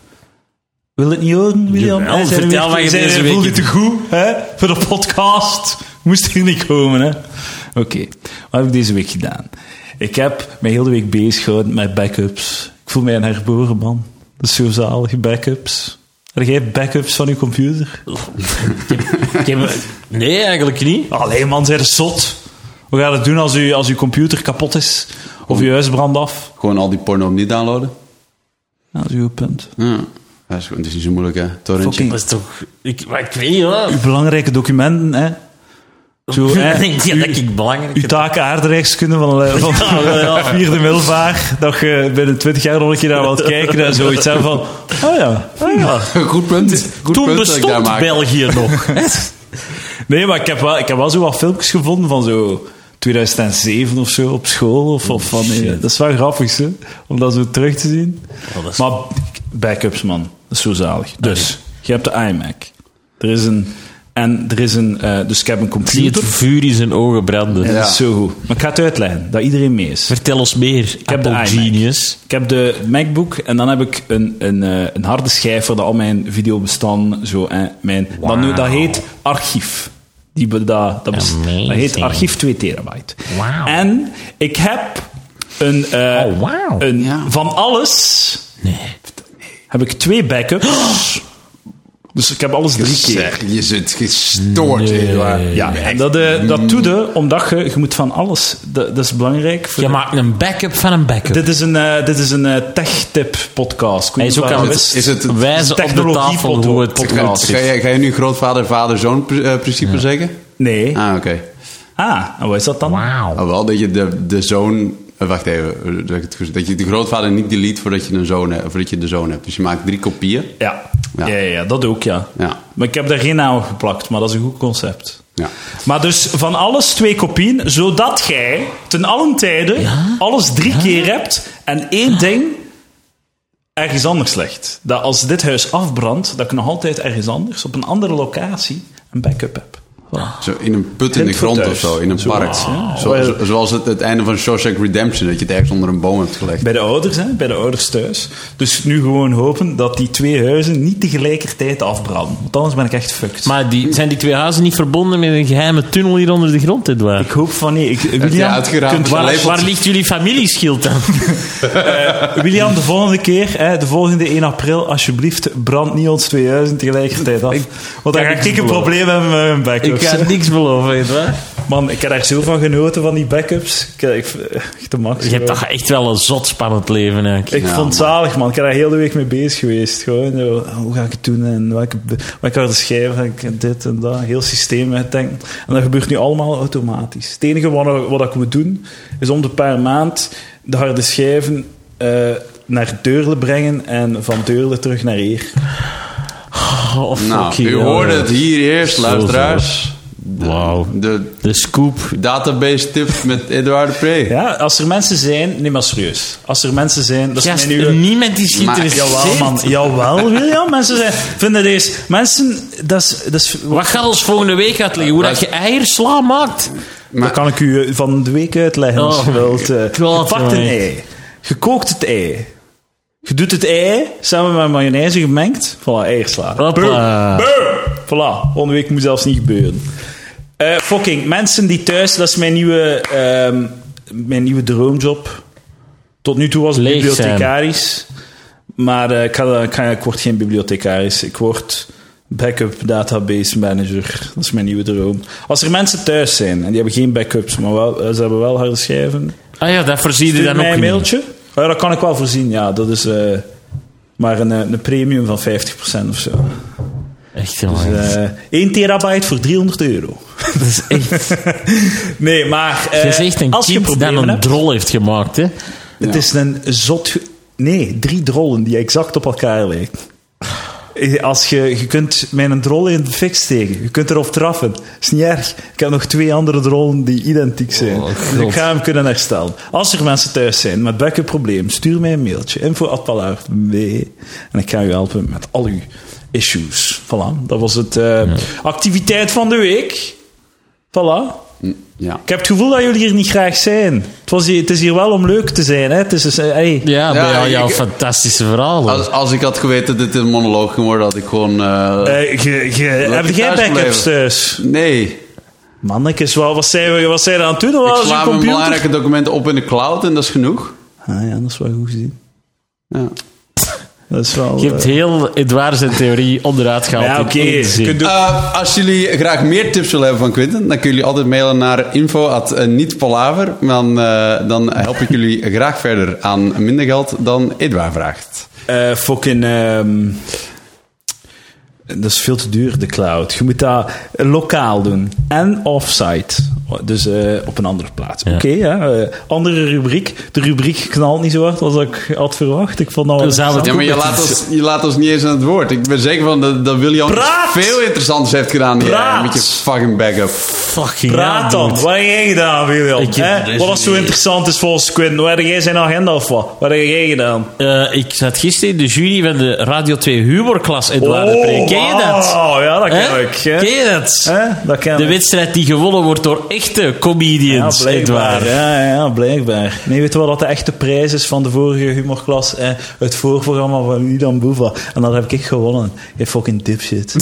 Speaker 1: Wil het niet horen, William?
Speaker 3: Jawel,
Speaker 1: Hè, zijn we
Speaker 3: vertel
Speaker 1: weer-
Speaker 3: wat je
Speaker 1: zijn we-
Speaker 3: deze week
Speaker 1: Voel je
Speaker 3: hebt-
Speaker 1: te goed, hè? Voor de podcast. <laughs> Moest hier niet komen, hè? Oké, wat heb ik deze week gedaan? Ik heb mij heel de week bezig gehouden met backups. Ik voel mij een herboren man. Dat is zo zalig, backups. Heb jij backups van je computer?
Speaker 3: Ik heb- Nee, eigenlijk niet.
Speaker 1: Allee man, zij is zot. Hoe gaat het doen als, u, als uw computer kapot is? Of uw huis brandt af?
Speaker 2: Gewoon al die porno opnieuw downloaden.
Speaker 1: Ja, dat is uw punt.
Speaker 2: Ja. Dat is, gewoon- het is niet zo moeilijk, hè? Torrentje.
Speaker 1: Fucking-
Speaker 3: Dat is toch... Ik, maar ik weet niet, hoor.
Speaker 1: Uw belangrijke documenten, hè? Zo, hè?
Speaker 3: Ik denk niet dat
Speaker 1: Uw-
Speaker 3: ik belangrijk
Speaker 1: Uw taak aardrijkskunde van, eh, <laughs> van vierde middelbaar, dat je binnen twintig jaar nog een keer naar wilt kijken en zoiets hebben van... Oh ja, oh ja.
Speaker 2: <laughs> Goed punt. Goed
Speaker 3: Toen
Speaker 2: punt dat ik daar
Speaker 3: bestond
Speaker 2: maak.
Speaker 3: België nog.
Speaker 1: <laughs> Nee, maar ik heb wel, ik heb wel zo wat filmpjes gevonden van zo 2007 of zo op school. Of, of van, eh, dat is wel grappig, hè, om dat zo terug te zien.
Speaker 3: Oh, dat is-
Speaker 1: Maar backups, man. Dat is zo zalig. Dus, je hebt de iMac. Er is een... En er is een... eh, dus ik heb een
Speaker 3: <laughs> Zie het
Speaker 1: computer.
Speaker 3: vuur in zijn ogen branden.
Speaker 1: En dat is zo goed. Maar ik ga het uitleggen, dat iedereen mee is.
Speaker 3: Vertel ons meer. Ik
Speaker 1: heb de iMac.
Speaker 3: Genius.
Speaker 1: Ik heb de MacBook en dan heb ik een, een, eh, een harde schijf waar dat al mijn videobestanden zo en mijn. Dat, nu, dat heet archief. Die, be- dat, dat, bes-
Speaker 3: Amazing.
Speaker 1: dat heet archief 2 terabyte.
Speaker 3: Wauw.
Speaker 1: En ik heb een, eh,
Speaker 3: Oh, wauw.
Speaker 1: een
Speaker 2: Ja.
Speaker 1: van alles
Speaker 3: Nee.
Speaker 1: heb ik twee backups. Dus ik heb alles drie keer.
Speaker 2: Zeg, je zit gestoord,
Speaker 3: Nee.
Speaker 2: Eduard.
Speaker 1: Ja, en dat, eh, dat doe je omdat je, je moet van alles. Dat, dat is belangrijk. Voor
Speaker 3: Je maakt een backup van een backup.
Speaker 1: Dit is een, eh, dit is een tech-tip podcast. Ik weet
Speaker 3: Hij is
Speaker 1: niet
Speaker 3: ook
Speaker 1: waar
Speaker 3: aan
Speaker 1: dat
Speaker 3: het-
Speaker 2: Is het
Speaker 3: Wijzen op de
Speaker 1: technologie
Speaker 3: tafel hoe het
Speaker 1: podcast.
Speaker 2: Ga, ga, je, ga je nu grootvader, vader, zoon pri- eh, principe zeggen?
Speaker 1: Nee.
Speaker 2: Ah, oké.
Speaker 1: Ah, en wat is dat dan?
Speaker 3: Wauw.
Speaker 2: Ah, wel dat je de, de zoon. eh, Wacht even, eh, dat, ik het goed, zeg. dat je de grootvader niet delete voordat je, een zoon, hebt- voordat je de zoon hebt. Dus je maakt drie kopieën.
Speaker 1: Ja. Ja.
Speaker 2: Ja.
Speaker 1: Ja, ja, dat ook, ja.
Speaker 2: Ja.
Speaker 1: Maar ik heb daar geen naam op geplakt, maar dat is een goed concept.
Speaker 2: Ja.
Speaker 1: Maar dus van alles twee kopieën, zodat jij ten allen tijde alles drie keer hebt en één ding ergens anders legt. Dat als dit huis afbrandt, dat ik nog altijd ergens anders, op een andere locatie, een backup heb. Voilà.
Speaker 2: Zo in een put in de
Speaker 1: Hint voor
Speaker 2: grond of
Speaker 1: thuis.
Speaker 2: zo, in een
Speaker 1: Zo,
Speaker 2: park.
Speaker 1: wauw.
Speaker 2: Zo-
Speaker 1: Wel-
Speaker 2: zo- zoals het, het einde van Shawshank Redemption, dat je het ergens onder een boom hebt gelegd.
Speaker 1: Bij de ouders, hè? bij de ouders thuis. Dus nu gewoon hopen dat die twee huizen niet tegelijkertijd afbranden. Want anders ben ik echt fucked.
Speaker 3: Maar die, zijn die twee huizen niet verbonden met een geheime tunnel hier onder de grond, Edouard?
Speaker 1: ik hoop van nee. Ik,
Speaker 2: je
Speaker 1: William,
Speaker 2: uitgeraamd?
Speaker 1: kunt-
Speaker 3: Waar,
Speaker 2: Gelabeld.
Speaker 3: waar ligt jullie familieschild dan?
Speaker 1: William, de volgende keer, hè, de volgende 1 april, alsjeblieft, brand niet ons 2000 tegelijkertijd af. Want dan
Speaker 3: kan
Speaker 1: ga
Speaker 3: niks
Speaker 1: ik een
Speaker 3: beloven.
Speaker 1: probleem hebben met mijn
Speaker 3: <laughs> Ik
Speaker 1: backups.
Speaker 3: ga
Speaker 1: hè.
Speaker 3: niks beloven, Edouard.
Speaker 1: Man, ik heb daar zo van genoten van die backups. Ik, ik, echt de max.
Speaker 3: Je hebt
Speaker 1: gewoon.
Speaker 3: toch echt wel een zot spannend leven, eigenlijk.
Speaker 1: Ik
Speaker 2: Ja,
Speaker 1: vond het zalig, man. Ik ben daar heel de week mee bezig geweest. Gewoon, zo, hoe ga ik het doen en welke, welke harde schijf ga ik dit en dat. Heel systeem uitdenken. En dat gebeurt nu allemaal automatisch. Het enige wat, wat ik moet doen, is om de paar maand de harde schijven eh, naar Deurle brengen en van Deurle terug naar hier.
Speaker 3: Oh,
Speaker 2: Nou,
Speaker 3: fucking
Speaker 2: u
Speaker 3: hell.
Speaker 2: hoorde het hier eerst,
Speaker 3: Zo
Speaker 2: luisteraars. De-
Speaker 3: Wauw.
Speaker 2: De
Speaker 3: De scoop.
Speaker 2: database tips met Edouard de Pre.
Speaker 1: Ja, als er mensen zijn, neem maar serieus. Als er mensen zijn, dat
Speaker 3: Gast,
Speaker 1: is mijn nieuwe...
Speaker 3: niemand is
Speaker 2: Maar-
Speaker 3: geïnteresseerd.
Speaker 1: Jawel, man. Jawel, William. Mensen zijn, vinden deze... Mensen, dat is... Dat is
Speaker 3: Wat gaat ons volgende week uitleggen? Hoe dat je eiersla maakt?
Speaker 2: Maar-
Speaker 1: dat kan ik u eh, van de week uitleggen als
Speaker 3: Oh,
Speaker 1: je wilt. eh.
Speaker 3: ik wil
Speaker 1: Je
Speaker 3: het
Speaker 1: pakt
Speaker 3: wel
Speaker 1: een
Speaker 3: weten.
Speaker 1: ei. Je kookt het ei. Je doet het ei samen met mayonaise gemengd. Voilà, eiersla.
Speaker 3: Hoppa.
Speaker 1: Voilà, volgende week moet zelfs niet gebeuren. Eh, fucking, mensen die thuis, dat is mijn nieuwe, ehm, mijn nieuwe droomjob. Tot nu toe was ik
Speaker 3: Leeg zijn.
Speaker 1: bibliothecaris. Maar eh, ik, ga, ik, ga- ik word geen bibliothecaris. Ik word backup database manager. Dat is mijn nieuwe droom. Als er mensen thuis zijn en die hebben geen backups, maar wel, eh, ze hebben wel harde schijven.
Speaker 3: Ah ja, dat voorzie je
Speaker 1: Stuur
Speaker 3: dan ook
Speaker 1: mij een
Speaker 3: niet.
Speaker 1: mailtje. Oh Ja, dat kan ik wel voorzien, ja. Dat is eh, maar een, eh, een premium van 50% of zo.
Speaker 3: Echt, jongen.
Speaker 1: Eh 1 terabyte voor 300 euro.
Speaker 3: <laughs> dat is echt...
Speaker 1: Nee, maar Dus, eh,
Speaker 3: Je is echt een
Speaker 1: als je
Speaker 3: kind dat
Speaker 1: problemen
Speaker 3: een
Speaker 1: hebt,
Speaker 3: drol heeft gemaakt, hè.
Speaker 1: het is een zot... ge- Nee, drie drollen die exact op elkaar lijken. Eh, Als je, je kunt met een drol in de fik steken. Je kunt erop traffen. is niet erg. Ik heb nog twee andere drollen die identiek zijn.
Speaker 3: Oh,
Speaker 1: Dus
Speaker 3: God.
Speaker 1: ik ga hem kunnen herstellen. Als er mensen thuis zijn met backup probleem, stuur mij een mailtje. info.palaard.be En ik ga u helpen met al uw issues. Voilà, dat was het eh, activiteit van de week. Voilà.
Speaker 2: Ja.
Speaker 1: Ik heb het gevoel dat jullie hier niet graag zijn. Het, was hier, het is hier wel om leuk te zijn, hè? Het is dus, eh, hey.
Speaker 3: Ja, bij al
Speaker 2: ik-
Speaker 3: jouw
Speaker 2: ik-
Speaker 3: fantastische verhalen.
Speaker 2: Als, als ik had geweten dat dit een monoloog ging worden, had ik gewoon... eh,
Speaker 1: Eh, ge- ge- heb
Speaker 2: je
Speaker 1: jij
Speaker 2: thuis
Speaker 1: backups
Speaker 2: blijven.
Speaker 1: thuis?
Speaker 2: nee.
Speaker 1: Mannekes, wat, wat, zijn we, wat zijn we aan het doen? Wat
Speaker 2: Ik
Speaker 1: is uw
Speaker 2: sla mijn
Speaker 1: computer?
Speaker 2: belangrijke documenten op in de cloud en dat is genoeg.
Speaker 1: Ah ja, dat is wel goed gezien.
Speaker 2: Ja.
Speaker 1: Dat is wel...
Speaker 3: Je hebt
Speaker 1: eh,
Speaker 3: heel Edouard zijn theorie onderuit gehaald.
Speaker 1: ja,
Speaker 3: in
Speaker 1: oké.
Speaker 3: één
Speaker 1: Je
Speaker 3: zin.
Speaker 1: kunt doen-
Speaker 2: Eh, als jullie graag meer tips willen hebben van Quinten, dan kunnen jullie altijd mailen naar info niet palaver. Dan, eh, dan help ik jullie graag verder aan minder geld dan Edouard vraagt.
Speaker 1: eh, fucking... ehm, dat is veel te duur, de cloud. Je moet dat lokaal doen. En offsite. Dus eh, op een andere plaats.
Speaker 3: Ja.
Speaker 1: Oké, ja. eh, andere rubriek. De rubriek knalt niet zo hard als ik had verwacht. Ik vond dat wel
Speaker 3: Dan zouden we
Speaker 2: Ja, maar je laat, ons, je laat ons niet eens aan het woord. Ik ben zeker van dat, dat William iets
Speaker 1: Praat!
Speaker 2: veel interessants heeft gedaan hier,
Speaker 1: Praat!
Speaker 2: met je fucking backup.
Speaker 3: fucking
Speaker 1: Praat dan.
Speaker 3: aandoet.
Speaker 1: Wat heb jij gedaan, William?
Speaker 3: Ik-
Speaker 1: Hè?
Speaker 3: dat is
Speaker 1: Wat was zo
Speaker 3: niet-
Speaker 1: interessant is volgens Quinn? Wat heb jij zijn agenda of wat? Wat heb jij gedaan?
Speaker 3: Eh, ik zat gisteren in de jury van de Radio 2 humorklas, Edouard de Pre. Ken je dat?
Speaker 1: Oh, wauw. ja, dat ken
Speaker 3: Hè?
Speaker 1: ik. hè.
Speaker 3: Ken je dat?
Speaker 1: Hè? Dat ken
Speaker 3: De
Speaker 1: ik.
Speaker 3: wedstrijd die gewonnen wordt door echte
Speaker 1: ja,
Speaker 3: comedians,
Speaker 1: blijkbaar.
Speaker 3: Edouard.
Speaker 1: Ja, ja, blijkbaar. Nee, weet je wel dat de echte prijs is van de vorige humorklas? Eh, het voorprogramma van Milan Boeva. En dat heb ik gewonnen. Je fucking
Speaker 3: <laughs>
Speaker 1: dipshit.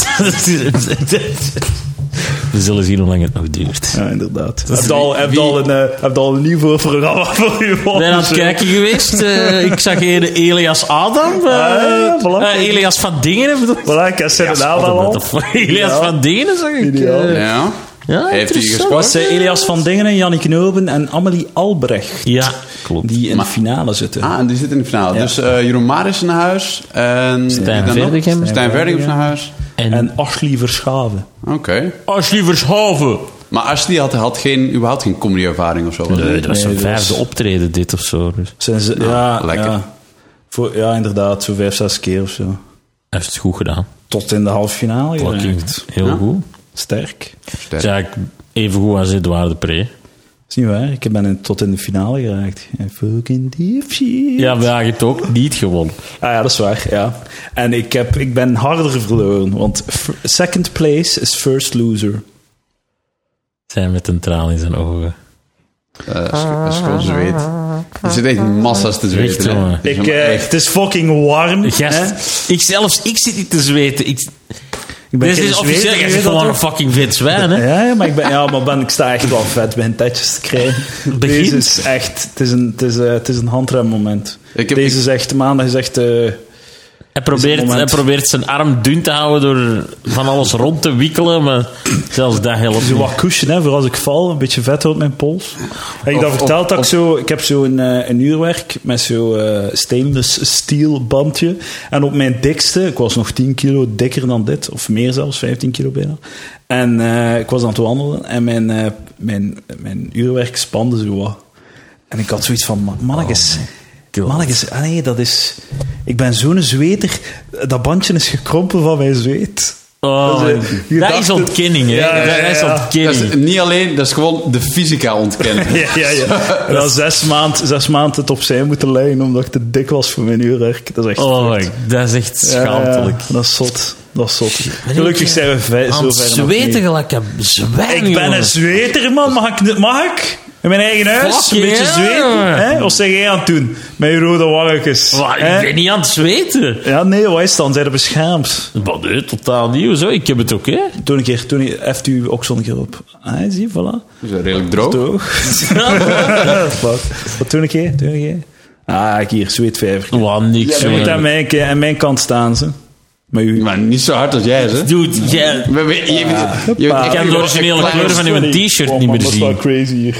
Speaker 3: We zullen zien hoe lang het nog duurt.
Speaker 1: Ja, inderdaad. Heb je al,
Speaker 2: wie-
Speaker 1: heb je al, een, eh, heb je al een nieuw voorprogramma <laughs> voor je
Speaker 3: Ik ben aan het kijken geweest.
Speaker 1: <laughs>
Speaker 3: eh, ik zag hier de Elias Adam. eh,
Speaker 1: Ah, voilà.
Speaker 3: eh, Elias van Dingen. bedoel-
Speaker 1: Voilà, ik heb zijn naam
Speaker 3: Adam,
Speaker 1: al.
Speaker 3: what the fuck? <laughs> Elias
Speaker 1: Ja.
Speaker 3: van Dingen zag ik.
Speaker 1: Ideaal.
Speaker 3: eh.
Speaker 2: Ja.
Speaker 3: Ja,
Speaker 2: heeft hij
Speaker 3: interessant.
Speaker 2: gescoord?
Speaker 1: was eh, Elias van Dingenen, Jannik Knoben en Amelie Albrecht.
Speaker 3: Ja, klopt.
Speaker 1: Die in de finale zitten.
Speaker 2: Ah, en die zit in de finale. Dus eh, Jeroen Maar is naar huis. En Stijn
Speaker 3: Verdegem.
Speaker 2: Stijn Verdegem is naar huis.
Speaker 3: En,
Speaker 1: En Ashley Verschaven.
Speaker 2: Oké.
Speaker 3: Ashley Verschaven.
Speaker 2: Maar Ashley had, had geen, überhaupt geen comedyaervaring of zo.
Speaker 3: Nee, dat Eh, was
Speaker 1: Nee,
Speaker 3: zijn
Speaker 1: dat was-
Speaker 3: vijfde optreden, dit of zo. Dus.
Speaker 1: Zijn ze, ja,
Speaker 2: Nou, lekker.
Speaker 1: Ja. Voor, ja, inderdaad, zo vijf, zes keer of zo.
Speaker 3: Hij heeft het goed gedaan.
Speaker 1: Tot in de halve finale
Speaker 3: Fucking
Speaker 1: geraakt.
Speaker 3: Heel goed.
Speaker 1: Sterk.
Speaker 2: Sterk.
Speaker 3: Ja, even goed als Edouard de Pre.
Speaker 1: is niet waar. Ik ben in- tot in de finale geraakt. En fucking deep shit.
Speaker 3: Ja, maar ja, je hebt ook niet gewonnen.
Speaker 1: Ah ja, dat is waar, ja. En ik, heb, ik ben harder verloren, want f- second place is first loser.
Speaker 3: Zijn met een traan in zijn ogen.
Speaker 2: Uh, zweet. Er zit echt massa's te
Speaker 3: Echt,
Speaker 2: zweten. hè.
Speaker 3: jongen.
Speaker 2: Het is
Speaker 1: Ik,
Speaker 2: allemaal
Speaker 1: eh,
Speaker 2: echt-
Speaker 1: het is fucking warm. hè.
Speaker 3: Gast, ik zelfs, ik zit niet te zweten. Ik,
Speaker 1: Ik ben
Speaker 3: dit
Speaker 1: geen
Speaker 3: is
Speaker 1: Zweed,
Speaker 3: officieel,
Speaker 1: je
Speaker 3: je
Speaker 1: weet
Speaker 3: zit
Speaker 1: dat
Speaker 3: gewoon
Speaker 1: toch?
Speaker 3: een fucking vet zwijn, hè.
Speaker 1: Ja, ja, maar ik, ben, ja, maar ben, ik sta echt wel vet. Ik begin tijdjes te krijgen.
Speaker 3: <laughs> Begint.
Speaker 1: Deze is echt... Het is een, het is, eh, het is een handremmoment.
Speaker 2: Ik heb-
Speaker 1: Deze is echt... Maandag is echt... eh,
Speaker 3: Hij probeert,
Speaker 1: moment.
Speaker 3: hij probeert zijn arm dun te houden door van alles rond te wikkelen, maar zelfs dat helpt
Speaker 1: Zo
Speaker 3: niet.
Speaker 1: wat cushion, hè, voor als ik val, een beetje vet op mijn pols. Heb ik
Speaker 2: Of-
Speaker 1: dat verteld?
Speaker 2: of-
Speaker 1: dat ik,
Speaker 2: of-
Speaker 1: zo, ik heb zo'n eh, een uurwerk met zo'n eh stainless steel bandje. En op mijn dikste, ik was nog 10 kilo dikker dan dit, of meer zelfs, 15 kilo bijna. En eh, ik was aan het wandelen en mijn, eh, mijn, mijn uurwerk spande zo wat. En ik had zoiets van, mannetjes...
Speaker 2: Oh
Speaker 1: Mannetjes, ah nee, dat is... Ik ben zo'n zweter. Dat bandje is gekrompen van mijn zweet.
Speaker 3: Oh,
Speaker 1: Dat is, eh, je
Speaker 3: dat
Speaker 1: dacht
Speaker 3: is
Speaker 1: het-
Speaker 3: ontkenning, hè.
Speaker 1: Ja, ja, ja,
Speaker 3: Dat is
Speaker 1: ja.
Speaker 2: dat
Speaker 3: ontkenning.
Speaker 2: is niet alleen, dat is gewoon de fysica ontkennen.
Speaker 1: Ja, ja,
Speaker 3: <laughs>
Speaker 1: ja. En dan zes maanden zes maand het opzij moeten leiden omdat ik te dik was voor mijn uurwerk. Dat is echt...
Speaker 3: Oh, my, dat is echt schaamtelijk.
Speaker 1: Ja, dat is zot. Dat is zot. Gelukkig zijn we vij- zo
Speaker 3: Aan het
Speaker 1: ver nog niet.
Speaker 3: zweten gelijk een zwijn,
Speaker 1: Ik ben een zweter, man. Mag ik? Mag ik? In mijn eigen huis?
Speaker 3: Fuck
Speaker 1: een beetje
Speaker 3: yeah.
Speaker 1: zweten? Hè? Of zeg jij aan het doen? Met je rode wangetjes.
Speaker 3: Wat,
Speaker 1: hè?
Speaker 3: ik ben niet aan het zweten.
Speaker 1: Ja, nee, wat is het dan? Zijn er beschaamd?
Speaker 3: Maar nee, totaal nieuw. Zo. Ik heb het ook, hè.
Speaker 1: Toen een keer, toen een keer, heft u ook zo'n keer op. Ah, zie, voilà.
Speaker 2: Dat is redelijk droog.
Speaker 3: <laughs>
Speaker 1: Toch? <laughs> Wat? Wat toen een keer? Toen een keer? Ah, ik hier, zweetvijver.
Speaker 3: Wat, niks.
Speaker 1: Je moet
Speaker 3: jongen.
Speaker 1: aan mijn, ke- aan mijn kant staan, ze. Maar u...
Speaker 2: Maar niet zo hard als jij, hè?
Speaker 3: Dude, jij...
Speaker 2: We- we- je- je- je-
Speaker 1: Hoppa.
Speaker 2: ik
Speaker 1: Ik
Speaker 3: heb de originele
Speaker 2: klein-
Speaker 3: kleur van uw t-shirt niet meer
Speaker 1: Oh, Dat is wel
Speaker 3: zien.
Speaker 1: crazy
Speaker 3: <laughs>
Speaker 1: hier.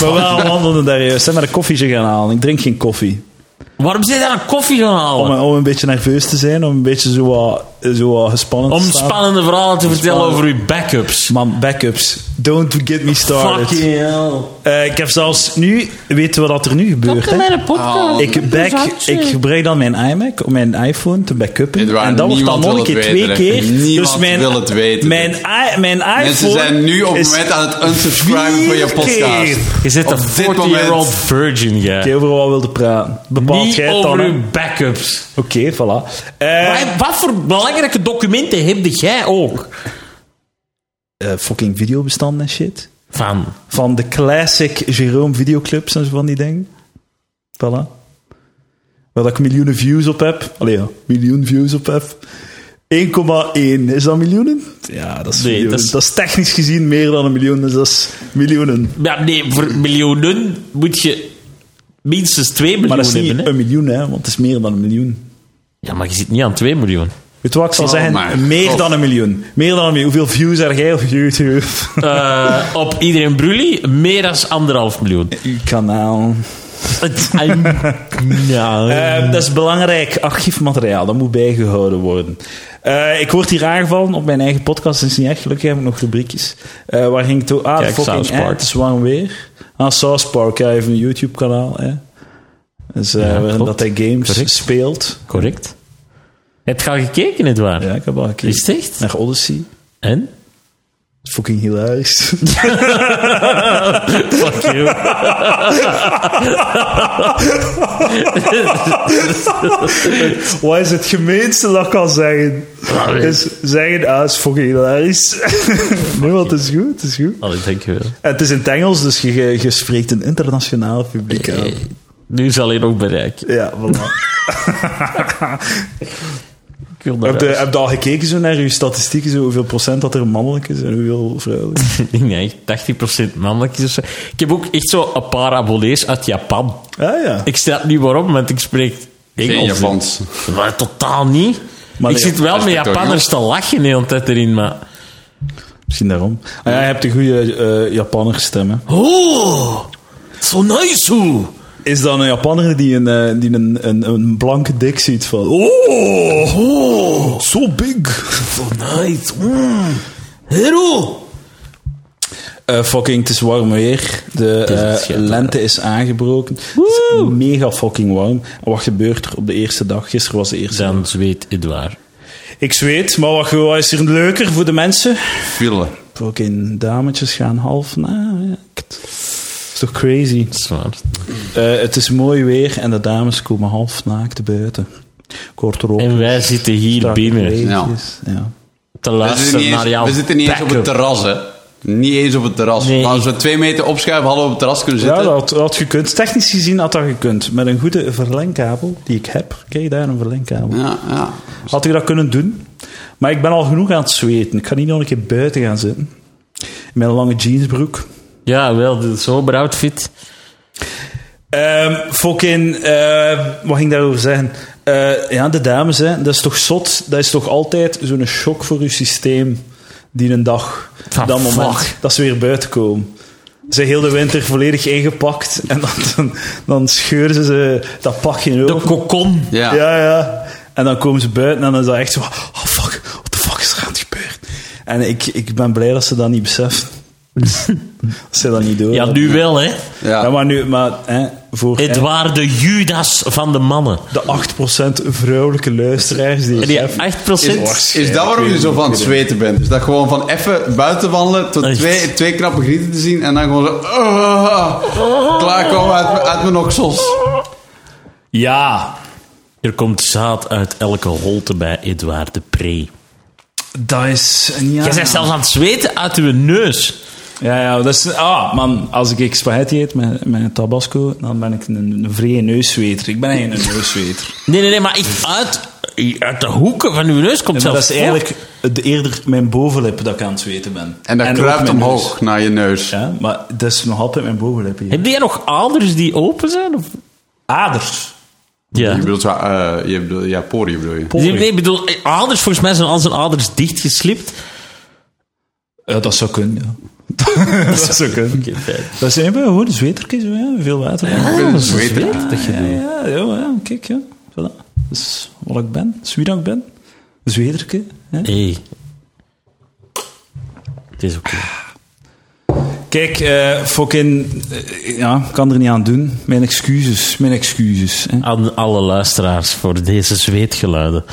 Speaker 1: maar wel wandelen daar juist. Zijn maar de koffietje gaan halen. Ik drink geen koffie.
Speaker 3: Waarom zijn daar een koffie gaan halen?
Speaker 1: Om,
Speaker 3: Om,
Speaker 1: om een beetje nerveus te zijn, om een beetje zo, wat, zo wat gespannen te staan.
Speaker 3: spannende verhalen te vertellen over uw backups.
Speaker 1: Man, backups. Don't get me started.
Speaker 3: Fucking hell.
Speaker 1: Eh, ik heb zelfs nu... Weten we wat er nu gebeurt, hè? Ik, back, ik gebruik dan mijn iMac op mijn iPhone te backuppen.
Speaker 2: Edouard,
Speaker 1: En dat wordt dan
Speaker 2: niemand
Speaker 1: nog een keer
Speaker 2: wil het
Speaker 1: twee
Speaker 2: weten,
Speaker 1: keer.
Speaker 2: Rutger. Niemand
Speaker 1: dus mijn,
Speaker 2: wil het weten,
Speaker 1: Mijn, i- mijn iPhone.
Speaker 2: Mensen zijn nu op het
Speaker 1: is
Speaker 2: moment aan het unsubscriben van je
Speaker 1: vier
Speaker 2: podcast.
Speaker 1: keer.
Speaker 3: Je zit
Speaker 2: Op
Speaker 3: een
Speaker 2: dit moment-
Speaker 3: 40-year-old virgin,
Speaker 1: Oké,
Speaker 3: jij.
Speaker 1: over wat wilde praten. Bepaalt
Speaker 3: Niet
Speaker 1: jij het dan?
Speaker 3: over
Speaker 1: hè?
Speaker 3: uw backups.
Speaker 1: Oké, voilà. Eh,
Speaker 3: Maar Wat voor belangrijke documenten heb jij ook?
Speaker 1: eh, fucking videobestanden en shit.
Speaker 3: Van,
Speaker 1: Van de classic Jerome videoclips en zo van die dingen. Voilà. Waar dat ik miljoenen views op heb. Allee ja, miljoen views op heb. 1,1. Is dat miljoenen? Ja, dat is,
Speaker 3: Nee,
Speaker 1: miljoenen.
Speaker 3: dat is-
Speaker 1: dat is technisch gezien meer dan een miljoen. Dus dat is miljoenen.
Speaker 3: ja, nee, voor miljoenen moet je minstens 2 miljoen
Speaker 1: Maar dat is niet
Speaker 3: hebben. Hè?
Speaker 1: een miljoen, hè, want het is meer dan een miljoen.
Speaker 3: Ja, maar je zit niet aan 2 miljoen.
Speaker 1: Weet je wat ik zal
Speaker 2: Oh,
Speaker 1: zeggen?
Speaker 2: maar
Speaker 1: meer
Speaker 2: God.
Speaker 1: dan een miljoen. Meer dan een miljoen. Hoeveel views heb jij op YouTube?
Speaker 3: Eh, op iedereen Brully meer dan anderhalf miljoen.
Speaker 1: Uw kanaal.
Speaker 3: Het- I'm- <laughs> ja.
Speaker 1: Eh, dat is belangrijk. Archiefmateriaal, dat moet bijgehouden worden. Eh, ik word hier aangevallen op mijn eigen podcast. Dat is niet echt gelukkig, heb ik nog rubriekjes. Eh, waar ging het over? Ah,
Speaker 3: Kijk,
Speaker 1: fucking
Speaker 3: South Park.
Speaker 1: eh, Het is warm weer. Ah, South Park, ja, heeft een YouTube-kanaal. Hè. Dus, eh,
Speaker 3: Ja,
Speaker 1: waarin
Speaker 3: klopt.
Speaker 1: dat hij games
Speaker 3: Correct.
Speaker 1: speelt.
Speaker 3: Correct. Heb je al gekeken, het waar?
Speaker 1: Ja, ik heb al
Speaker 3: Is
Speaker 1: gekeken.
Speaker 3: het echt?
Speaker 1: Naar Odyssey.
Speaker 3: En?
Speaker 1: Fucking
Speaker 3: <laughs>
Speaker 1: hilarisch.
Speaker 3: Fuck you.
Speaker 1: Wat is het gemeenste dat ik kan zeggen?
Speaker 3: Ah, nee.
Speaker 1: Is zeggen, ah, is fucking hilarisch. <laughs> nee, want het is goed, het is goed.
Speaker 3: Allee, dankjewel.
Speaker 1: En het is in het Engels, dus je, je, je spreekt een internationaal publiek aan.
Speaker 3: Eh, Nu is alleen nog bereik.
Speaker 1: Ja,
Speaker 3: <laughs>
Speaker 1: voilà.
Speaker 3: Ik wil naar
Speaker 1: heb, je,
Speaker 3: huis. <laughs>
Speaker 1: heb je al gekeken zo naar je statistieken, zo hoeveel procent dat er mannelijk is en hoeveel vrouwelijk?
Speaker 3: <laughs> Ik denk dat echt 80% mannelijk is of zo. Ik heb ook echt zo een paar abonnees uit Japan.
Speaker 1: Ah ja.
Speaker 3: Ik snap niet waarom, want ik spreek
Speaker 2: Geen
Speaker 3: Engels.
Speaker 2: Japans.
Speaker 3: Maar totaal niet.
Speaker 1: Maar
Speaker 3: ik
Speaker 1: nee,
Speaker 3: zit wel
Speaker 2: dat
Speaker 3: met
Speaker 2: is toch
Speaker 3: Japanners te lachen de hele tijd erin, maar...
Speaker 1: Misschien daarom. Ah, ja, je hebt een goede eh Japanner stemmen.
Speaker 3: Oh, zo nice hoe.
Speaker 1: Is dan een Japanner die een, eh, die een, een, een blanke dik ziet van... Oh,
Speaker 3: Oh,
Speaker 1: so big.
Speaker 3: zo nice. Mm. Hero.
Speaker 1: Eh, fucking, het is warm weer. De
Speaker 3: is echt
Speaker 1: eh,
Speaker 3: schitterend.
Speaker 1: lente is aangebroken. Het is mega fucking warm. En wat gebeurt er op de eerste dag? Gisteren was de eerste dag.
Speaker 3: Dan zweet Edouard.
Speaker 1: Ik zweet, maar wat, wat is er leuker voor de mensen?
Speaker 2: Vullen.
Speaker 1: Fucking dametjes gaan half naakt. toch crazy?
Speaker 3: Dat is waar.
Speaker 1: Eh, het is mooi weer en de dames komen half naakt buiten. Kort erop.
Speaker 3: En wij zitten hier binnen
Speaker 1: Ja.
Speaker 2: Ja.
Speaker 1: ja.
Speaker 2: We
Speaker 3: te
Speaker 2: zitten
Speaker 3: luisteren
Speaker 2: niet
Speaker 3: naar
Speaker 2: eens,
Speaker 3: jouw
Speaker 2: we zitten niet eens op het
Speaker 3: tackle.
Speaker 2: terras, hè. Niet eens op het terras.
Speaker 3: Nee,
Speaker 2: maar als we twee meter opschuiven, hadden we op het terras kunnen
Speaker 1: Ja,
Speaker 2: zitten.
Speaker 1: dat had, had gekund. Technisch gezien had dat gekund. Met een goede verlengkabel die ik heb. Kijk daar, een verlengkabel.
Speaker 2: ja, ja.
Speaker 1: Had ik dat kunnen doen. Maar ik ben al genoeg aan het zweten. Ik ga niet nog een keer buiten gaan zitten. In mijn lange jeansbroek.
Speaker 3: Ja, wel, de sober outfit.
Speaker 1: Ehm fucking, eh, wat ging ik daarover zeggen? Eh, ja, de dames, hè, dat is toch zot? Dat is toch altijd zo'n shock voor uw systeem die een dag,
Speaker 3: Van
Speaker 1: dat moment,
Speaker 3: Ah, fuck.
Speaker 1: dat ze weer buiten komen. Ze heel de winter volledig ingepakt <laughs> en dan, dan, dan scheuren ze ze dat pakje
Speaker 3: De
Speaker 1: open.
Speaker 3: kokon.
Speaker 2: Ja.
Speaker 1: Ja, ja. En dan komen ze buiten en dan is dat echt zo... Oh, fuck. What the fuck is er aan het gebeurd? En ik, ik ben blij dat ze dat niet
Speaker 3: <laughs>
Speaker 1: beseffen. dat ze dat niet doen.
Speaker 3: Ja, nu wel, hè.
Speaker 2: Ja.
Speaker 1: Ja, maar nu... Maar, hè, voor
Speaker 3: Het
Speaker 1: hè,
Speaker 3: waren de Judas van de mannen.
Speaker 1: de 8% vrouwelijke luisteraars die...
Speaker 3: En
Speaker 1: ik
Speaker 3: die
Speaker 1: heb,
Speaker 3: 8%...
Speaker 2: Is, is dat waarom je zo van het zweten bent? Is dat gewoon van even buiten wandelen, tot
Speaker 3: Echt?
Speaker 2: twee, twee knappe grieten te zien en dan gewoon zo... ah, klaarkomen uit, mijn- uit mijn oksels.
Speaker 1: ja,
Speaker 3: Er komt zaad uit elke holte bij Edouard de Pre.
Speaker 1: dat is... Ja,
Speaker 3: Jij bent zelfs aan het zweten uit uw neus.
Speaker 1: Ja, ja, dat is... Ah, man, als ik spaghetti eet met, met tabasco, dan ben ik een, een vrije neusweter. Ik ben geen
Speaker 3: <laughs>
Speaker 1: neusweter.
Speaker 3: Nee, nee, nee, maar echt uit, uit de hoeken van uw neus komt
Speaker 1: Ja, maar dat
Speaker 3: zelfs
Speaker 1: is eigenlijk de, eerder mijn bovenlip dat ik aan het zweten ben.
Speaker 2: En dat
Speaker 1: ook
Speaker 2: kruipt
Speaker 1: mijn
Speaker 2: omhoog
Speaker 1: neus.
Speaker 2: naar je neus.
Speaker 1: Ja, maar dat is nog altijd mijn bovenlip hier.
Speaker 3: Heb jij nog aders die open zijn? Of?
Speaker 1: Aders.
Speaker 3: Ja.
Speaker 2: Je bedoelt, zo, eh, je bedoelt, ja, poriën bedoel je.
Speaker 1: Poriën.
Speaker 3: Nee, ik bedoel, aders, volgens mij zijn al zijn aders dichtgeslipt.
Speaker 1: Ja, dat zou kunnen, ja. <laughs> dat zou kunnen. Dat zijn gewoon goede zwetertjes, ja. veel water. Ja,
Speaker 2: Ik vind het
Speaker 3: dat is
Speaker 2: zweten.
Speaker 3: weird dat je
Speaker 1: ja, ja, ja, kijk, ja. Voilà. Dat is wat ik ben, dat is wie dat ik ben. Een zweterke. hè.
Speaker 3: Hey. Het is oké.
Speaker 1: Kijk, eh fucking, eh, ja, ik kan er niet aan doen. Mijn excuses, mijn excuses. Hè.
Speaker 3: Aan alle luisteraars voor deze zweetgeluiden.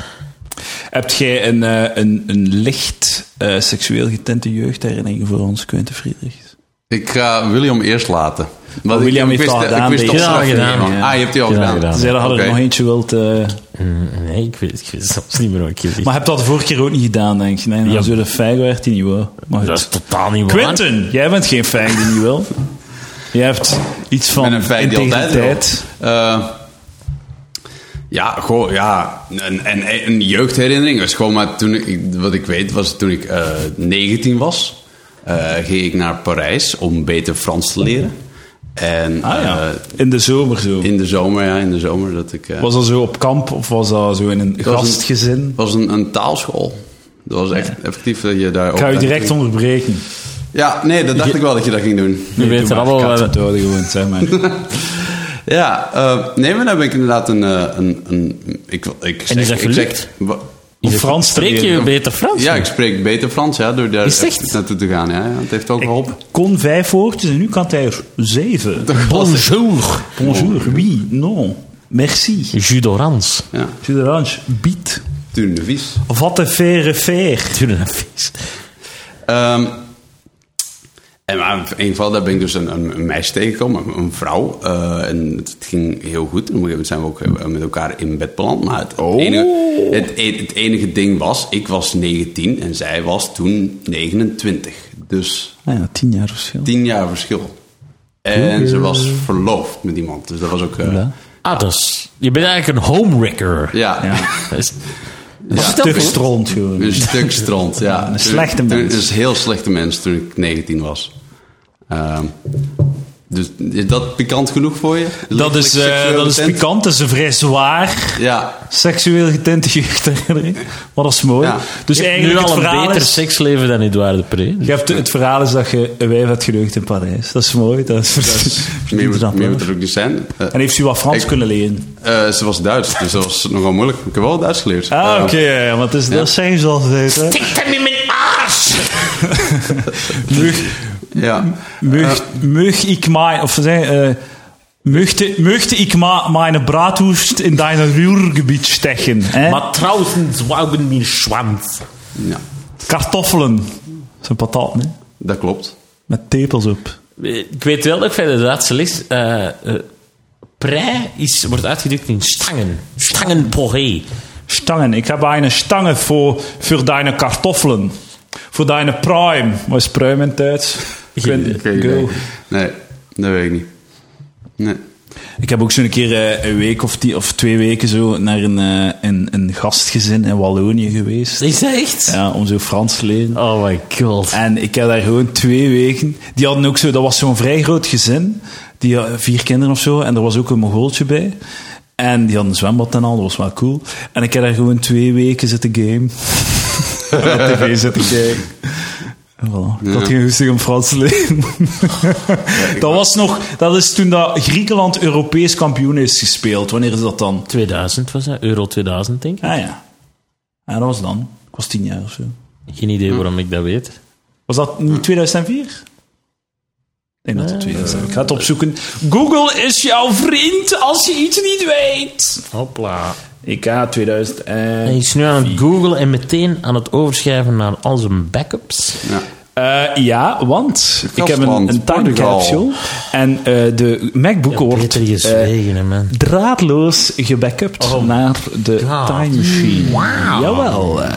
Speaker 1: Hebt jij een, eh, een, een licht eh, seksueel getinte jeugdherinnering voor ons, Quentin Friedrichs?
Speaker 2: Ik ga William eerst laten. Want
Speaker 1: William
Speaker 2: ik,
Speaker 1: heeft
Speaker 2: ik wist,
Speaker 1: al
Speaker 2: ik
Speaker 1: gedaan,
Speaker 2: wist
Speaker 1: denk
Speaker 2: op
Speaker 1: ik.
Speaker 2: zelf
Speaker 3: Ja,
Speaker 2: niet,
Speaker 3: gedaan,
Speaker 2: man.
Speaker 3: ja.
Speaker 2: Ah, je hebt die al
Speaker 3: Ja,
Speaker 2: gedaan.
Speaker 3: gedaan.
Speaker 1: Zij hadden er
Speaker 2: Oké.
Speaker 1: nog eentje wilt... eh,
Speaker 3: Mm, Nee, ik weet, ik weet zelfs niet meer wat ik hier zeg.
Speaker 1: Maar heb dat de vorige keer ook niet gedaan, denk ik. Nee, dan
Speaker 3: Ja.
Speaker 1: zullen Feygo echt die niet wil. Maar
Speaker 3: Dat
Speaker 1: goed.
Speaker 3: is totaal niet waar.
Speaker 1: Quinten, jij bent geen Feygo die niet wil. Jij hebt iets van
Speaker 2: En een feit die altijd
Speaker 1: integriteit.
Speaker 2: wel. Eh, ja, goh, ja. En, en, een jeugdherinnering was gewoon maar toen ik, wat ik weet was toen ik eh 19 was, eh, ging ik naar Parijs om beter Frans te leren. En
Speaker 1: Ah ja,
Speaker 2: eh,
Speaker 1: in de zomer zo.
Speaker 2: in de zomer, ja, in de zomer dat ik. eh,
Speaker 1: Was dat zo op kamp of was dat zo in een
Speaker 2: het was een-
Speaker 1: gastgezin?
Speaker 2: Het was een, een taalschool. Dat was echt effectief dat je daar.
Speaker 1: Ik ga u direct onderbreken.
Speaker 2: Ja, nee, dat dacht ik wel dat je dat ging doen.
Speaker 3: Je weet er allemaal
Speaker 1: Ik had
Speaker 3: wel.
Speaker 1: het doden gewoon, zeg maar.
Speaker 2: Ja, eh, nee, maar dan heb ik inderdaad een. eh, een, een ik, ik zeg,
Speaker 3: is dat
Speaker 2: ik
Speaker 3: gelukt?
Speaker 2: zeg, wa-
Speaker 1: Om Frans te
Speaker 3: Spreek je
Speaker 1: leren.
Speaker 3: beter Frans?
Speaker 2: ja, ik spreek beter Frans ja, door daar
Speaker 3: Is het echt?
Speaker 2: echt naartoe te gaan. Ja. Het heeft ook geholpen.
Speaker 1: Kon vijf woordjes en nu kan hij er zeven.
Speaker 2: <laughs>
Speaker 3: Bonjour.
Speaker 1: Bonjour, oui, non, merci.
Speaker 3: Judorans.
Speaker 2: Ja,
Speaker 1: Tudelange, biet.
Speaker 2: toen de vies.
Speaker 1: Wat een verre veer.
Speaker 3: Judorans.
Speaker 2: Ehm, en maar in ieder geval, daar ben ik dus een, een, een meisje tegengekomen, een, een vrouw. eh, en het, het ging heel goed. En op een gegeven moment zijn we ook eh, met elkaar in bed beland. Maar het,
Speaker 3: Oh.
Speaker 2: enige, het, e- het enige ding was, ik was 19 en zij was toen 29. Dus
Speaker 1: Nou ja, tien jaar verschil.
Speaker 2: 10 jaar verschil. En ze was verloofd met iemand. Dus dat was ook... eh,
Speaker 1: Ja.
Speaker 3: Ah, dat is- Je bent eigenlijk een homewrecker. Dus
Speaker 2: ja,
Speaker 3: Dat
Speaker 1: Dus
Speaker 3: is-
Speaker 2: Ja.
Speaker 3: Stel
Speaker 1: Stug
Speaker 3: voor-
Speaker 1: stront gewoon.
Speaker 2: Een stuk stront, ja.
Speaker 1: Een slechte
Speaker 2: Toen-
Speaker 1: mens.
Speaker 2: toen- dus een heel slechte mens toen ik 19 was. Ehm, dus is dat pikant genoeg voor je?
Speaker 1: Dat is, eh,
Speaker 2: Seksueel
Speaker 1: dat is
Speaker 2: intent?
Speaker 1: pikant, dat is een vrij zwaar
Speaker 2: Ja,
Speaker 1: seksueel getinte jeugdherinnering. Maar dat is mooi.
Speaker 2: Ja.
Speaker 1: Dus
Speaker 3: Je hebt
Speaker 1: eigenlijk
Speaker 3: nu
Speaker 1: het
Speaker 3: al een
Speaker 1: verhaal
Speaker 3: beter
Speaker 1: is,
Speaker 3: seksleven dan Edouard de Pre.
Speaker 1: je hebt, het verhaal is dat je een wijf hebt gedeugd in Parijs. Dat is mooi. <laughs> Dat is, <laughs>
Speaker 2: meer, moet-
Speaker 1: dat
Speaker 2: meer
Speaker 1: wel.
Speaker 2: moet er ook niet zijn. Eh,
Speaker 1: En heeft u wat Frans
Speaker 2: Ik-
Speaker 1: kunnen leren?
Speaker 2: eh, ze was Duits, dus dat was nogal moeilijk. Ik heb wel Duits geleerd.
Speaker 1: Ah,
Speaker 2: Eh,
Speaker 1: oké. ja, want dat is- dat zeggen ze altijd. hè.
Speaker 3: Ik heb je mijn aars!
Speaker 1: Mug-
Speaker 2: Ja.
Speaker 1: mug- Mug ik mijn... Of zeg... Möchte ik ma meine Bratwurst in dein Rührgebiet stechen? hè?
Speaker 3: Maar trouwens, wauwen mijn schwanz.
Speaker 2: ja,
Speaker 1: Kartoffelen. Dat zijn pataten, hè?
Speaker 2: dat klopt.
Speaker 1: Met tepels op.
Speaker 3: Ik weet wel dat ik verder de laatste les. eh, eh, prei is, wordt uitgedrukt in stangen. Stangenporé.
Speaker 1: Stangen. Ik heb een stange voor, voor deine kartoffelen. Voor deine prime. Wat is prime in het Duits? Ik
Speaker 3: Geen-
Speaker 1: weet-
Speaker 2: Geen idee.
Speaker 1: go.
Speaker 2: Nee, dat weet ik niet. Nee.
Speaker 1: Ik heb ook zo'n keer eh, een week of, die, of twee weken zo naar een, eh, een, een gastgezin in Wallonië geweest.
Speaker 3: Is dat echt?
Speaker 1: Ja, om zo Frans te leren.
Speaker 3: Oh my god.
Speaker 1: En ik heb daar gewoon twee weken. Die hadden ook zo, dat was zo'n vrij groot gezin. Die had vier kinderen of zo. En er was ook een Mongooltje bij. En die hadden een zwembad en al, dat was wel cool. En ik heb daar gewoon twee weken zitten game. <laughs> Op tv zitten kijken. En Voilà. Ik had geen goesting om Frans te leren. dat, was nog, dat is toen dat Griekenland Europees kampioen is gespeeld. Wanneer is dat dan?
Speaker 3: 2000 was dat? Euro 2000, denk ik.
Speaker 1: Ah ja. Ja, dat was dan. Ik was tien jaar of zo.
Speaker 3: Geen idee waarom ik dat weet.
Speaker 1: Was dat niet 2004? Ik denk dat het 2004 Ik ga het opzoeken. Google is jouw vriend als je iets niet weet.
Speaker 3: Hopla.
Speaker 1: EK 2000.
Speaker 3: Hij
Speaker 1: en
Speaker 3: is nu aan het googlen en meteen aan het overschrijven naar al zijn backups.
Speaker 2: Ja.
Speaker 1: Eh, ja, want ik heb een,
Speaker 2: Gastland,
Speaker 1: een time
Speaker 2: Portugal.
Speaker 1: capsule. En eh, de MacBook wordt
Speaker 3: Peter
Speaker 1: eh,
Speaker 3: gezwegen, hè, man.
Speaker 1: draadloos gebackupt naar de
Speaker 3: God.
Speaker 1: Time Machine. Jawel. eh.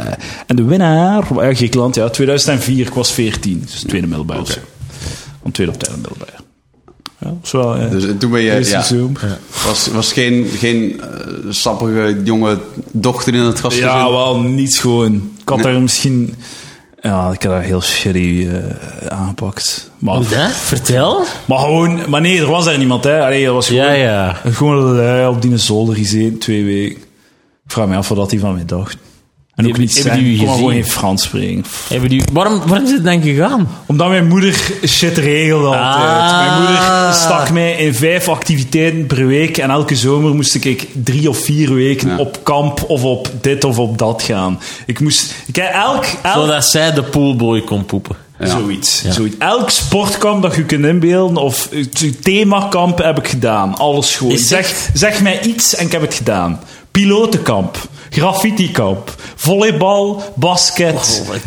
Speaker 1: En de winnaar, eh, Griekenland, ja, 2004, ik was 14. Dus tweede middelbaar. of zo. Want tweede op derde middelbaar. Ja, dat is wel, eh,
Speaker 2: Dus eh, toen ben je...
Speaker 1: eerste
Speaker 2: Ja,
Speaker 1: zoom.
Speaker 2: was, was geen, geen eh, sappige jonge dochter in het gastgezin?
Speaker 1: Ja, wel niet gewoon. Ik had daar misschien... Ja, ik had daar heel shitty eh, aangepakt. Maar,
Speaker 3: Hoe dat? Vertel.
Speaker 1: maar gewoon... Maar nee, er was daar niemand, hè. Allee, dat was gewoon...
Speaker 3: Ja, ja.
Speaker 1: Gewoon lui op die zolder gezeten, twee weken. Ik vraag me af wat hij van mij dacht. En ook
Speaker 3: Hebben-
Speaker 1: niet
Speaker 3: hebben
Speaker 1: zijn,
Speaker 3: jullie
Speaker 1: kon maar gewoon
Speaker 3: gezien?
Speaker 1: geen Frans spreken.
Speaker 3: Hebben die, waarom, waarom is het dan gegaan?
Speaker 1: Omdat mijn moeder shit regelde altijd.
Speaker 3: Ah.
Speaker 1: Mijn moeder stak mij in vijf activiteiten per week. En elke zomer moest ik drie of vier weken
Speaker 2: Ja.
Speaker 1: op kamp of op dit of op dat gaan. Ik moest... Ik heb elk... elk
Speaker 3: Zodat zij de poolboy kon poepen.
Speaker 2: Ja.
Speaker 1: Zoiets, zoiets. Elk sportkamp dat je kunt inbeelden of eh, themakamp heb ik gedaan. Alles gewoon.
Speaker 3: Is
Speaker 1: Zeg,
Speaker 3: echt?
Speaker 1: zeg mij iets en ik heb het gedaan. Pilotenkamp, graffitikamp, volleybal, basket,
Speaker 3: Oh, wat-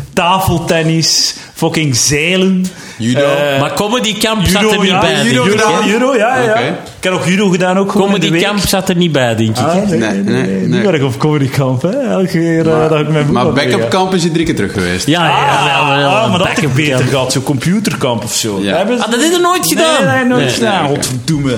Speaker 1: tafeltennis, fucking zeilen.
Speaker 2: Judo.
Speaker 1: eh,
Speaker 3: maar Comedy Camp zat er
Speaker 1: judo,
Speaker 3: niet
Speaker 1: ja,
Speaker 3: bij.
Speaker 1: judo,
Speaker 3: denk ik,
Speaker 1: gedaan,
Speaker 3: hè?
Speaker 1: judo, ja, ja.
Speaker 2: Oké.
Speaker 1: Ik heb nog judo gedaan ook gewoon in de
Speaker 3: Comedy
Speaker 1: week.
Speaker 3: Camp zat er niet bij, denk ik.
Speaker 1: Ah, nee, nee,
Speaker 2: Nee,
Speaker 1: nee,
Speaker 2: nee,
Speaker 1: Nu
Speaker 2: nee.
Speaker 1: ben ik op comedy camp, hè. Elke keer eh, dat ik mijn broer
Speaker 2: Maar
Speaker 1: had meegegaan.
Speaker 2: backup camp is je drie keer terug geweest.
Speaker 3: Ja, ja,
Speaker 1: Ah,
Speaker 3: ja, ja,
Speaker 1: ah, maar dat
Speaker 3: backup
Speaker 1: heb ik beter
Speaker 3: camp.
Speaker 1: gehad. Zo'n computerkamp of zo.
Speaker 2: Ja.
Speaker 1: Hebben ze-
Speaker 3: Ah, dat is er nooit gedaan.
Speaker 1: Nee, nee, nooit
Speaker 3: Nee.
Speaker 1: gedaan.
Speaker 2: Nee, oké.
Speaker 1: Godverdomme.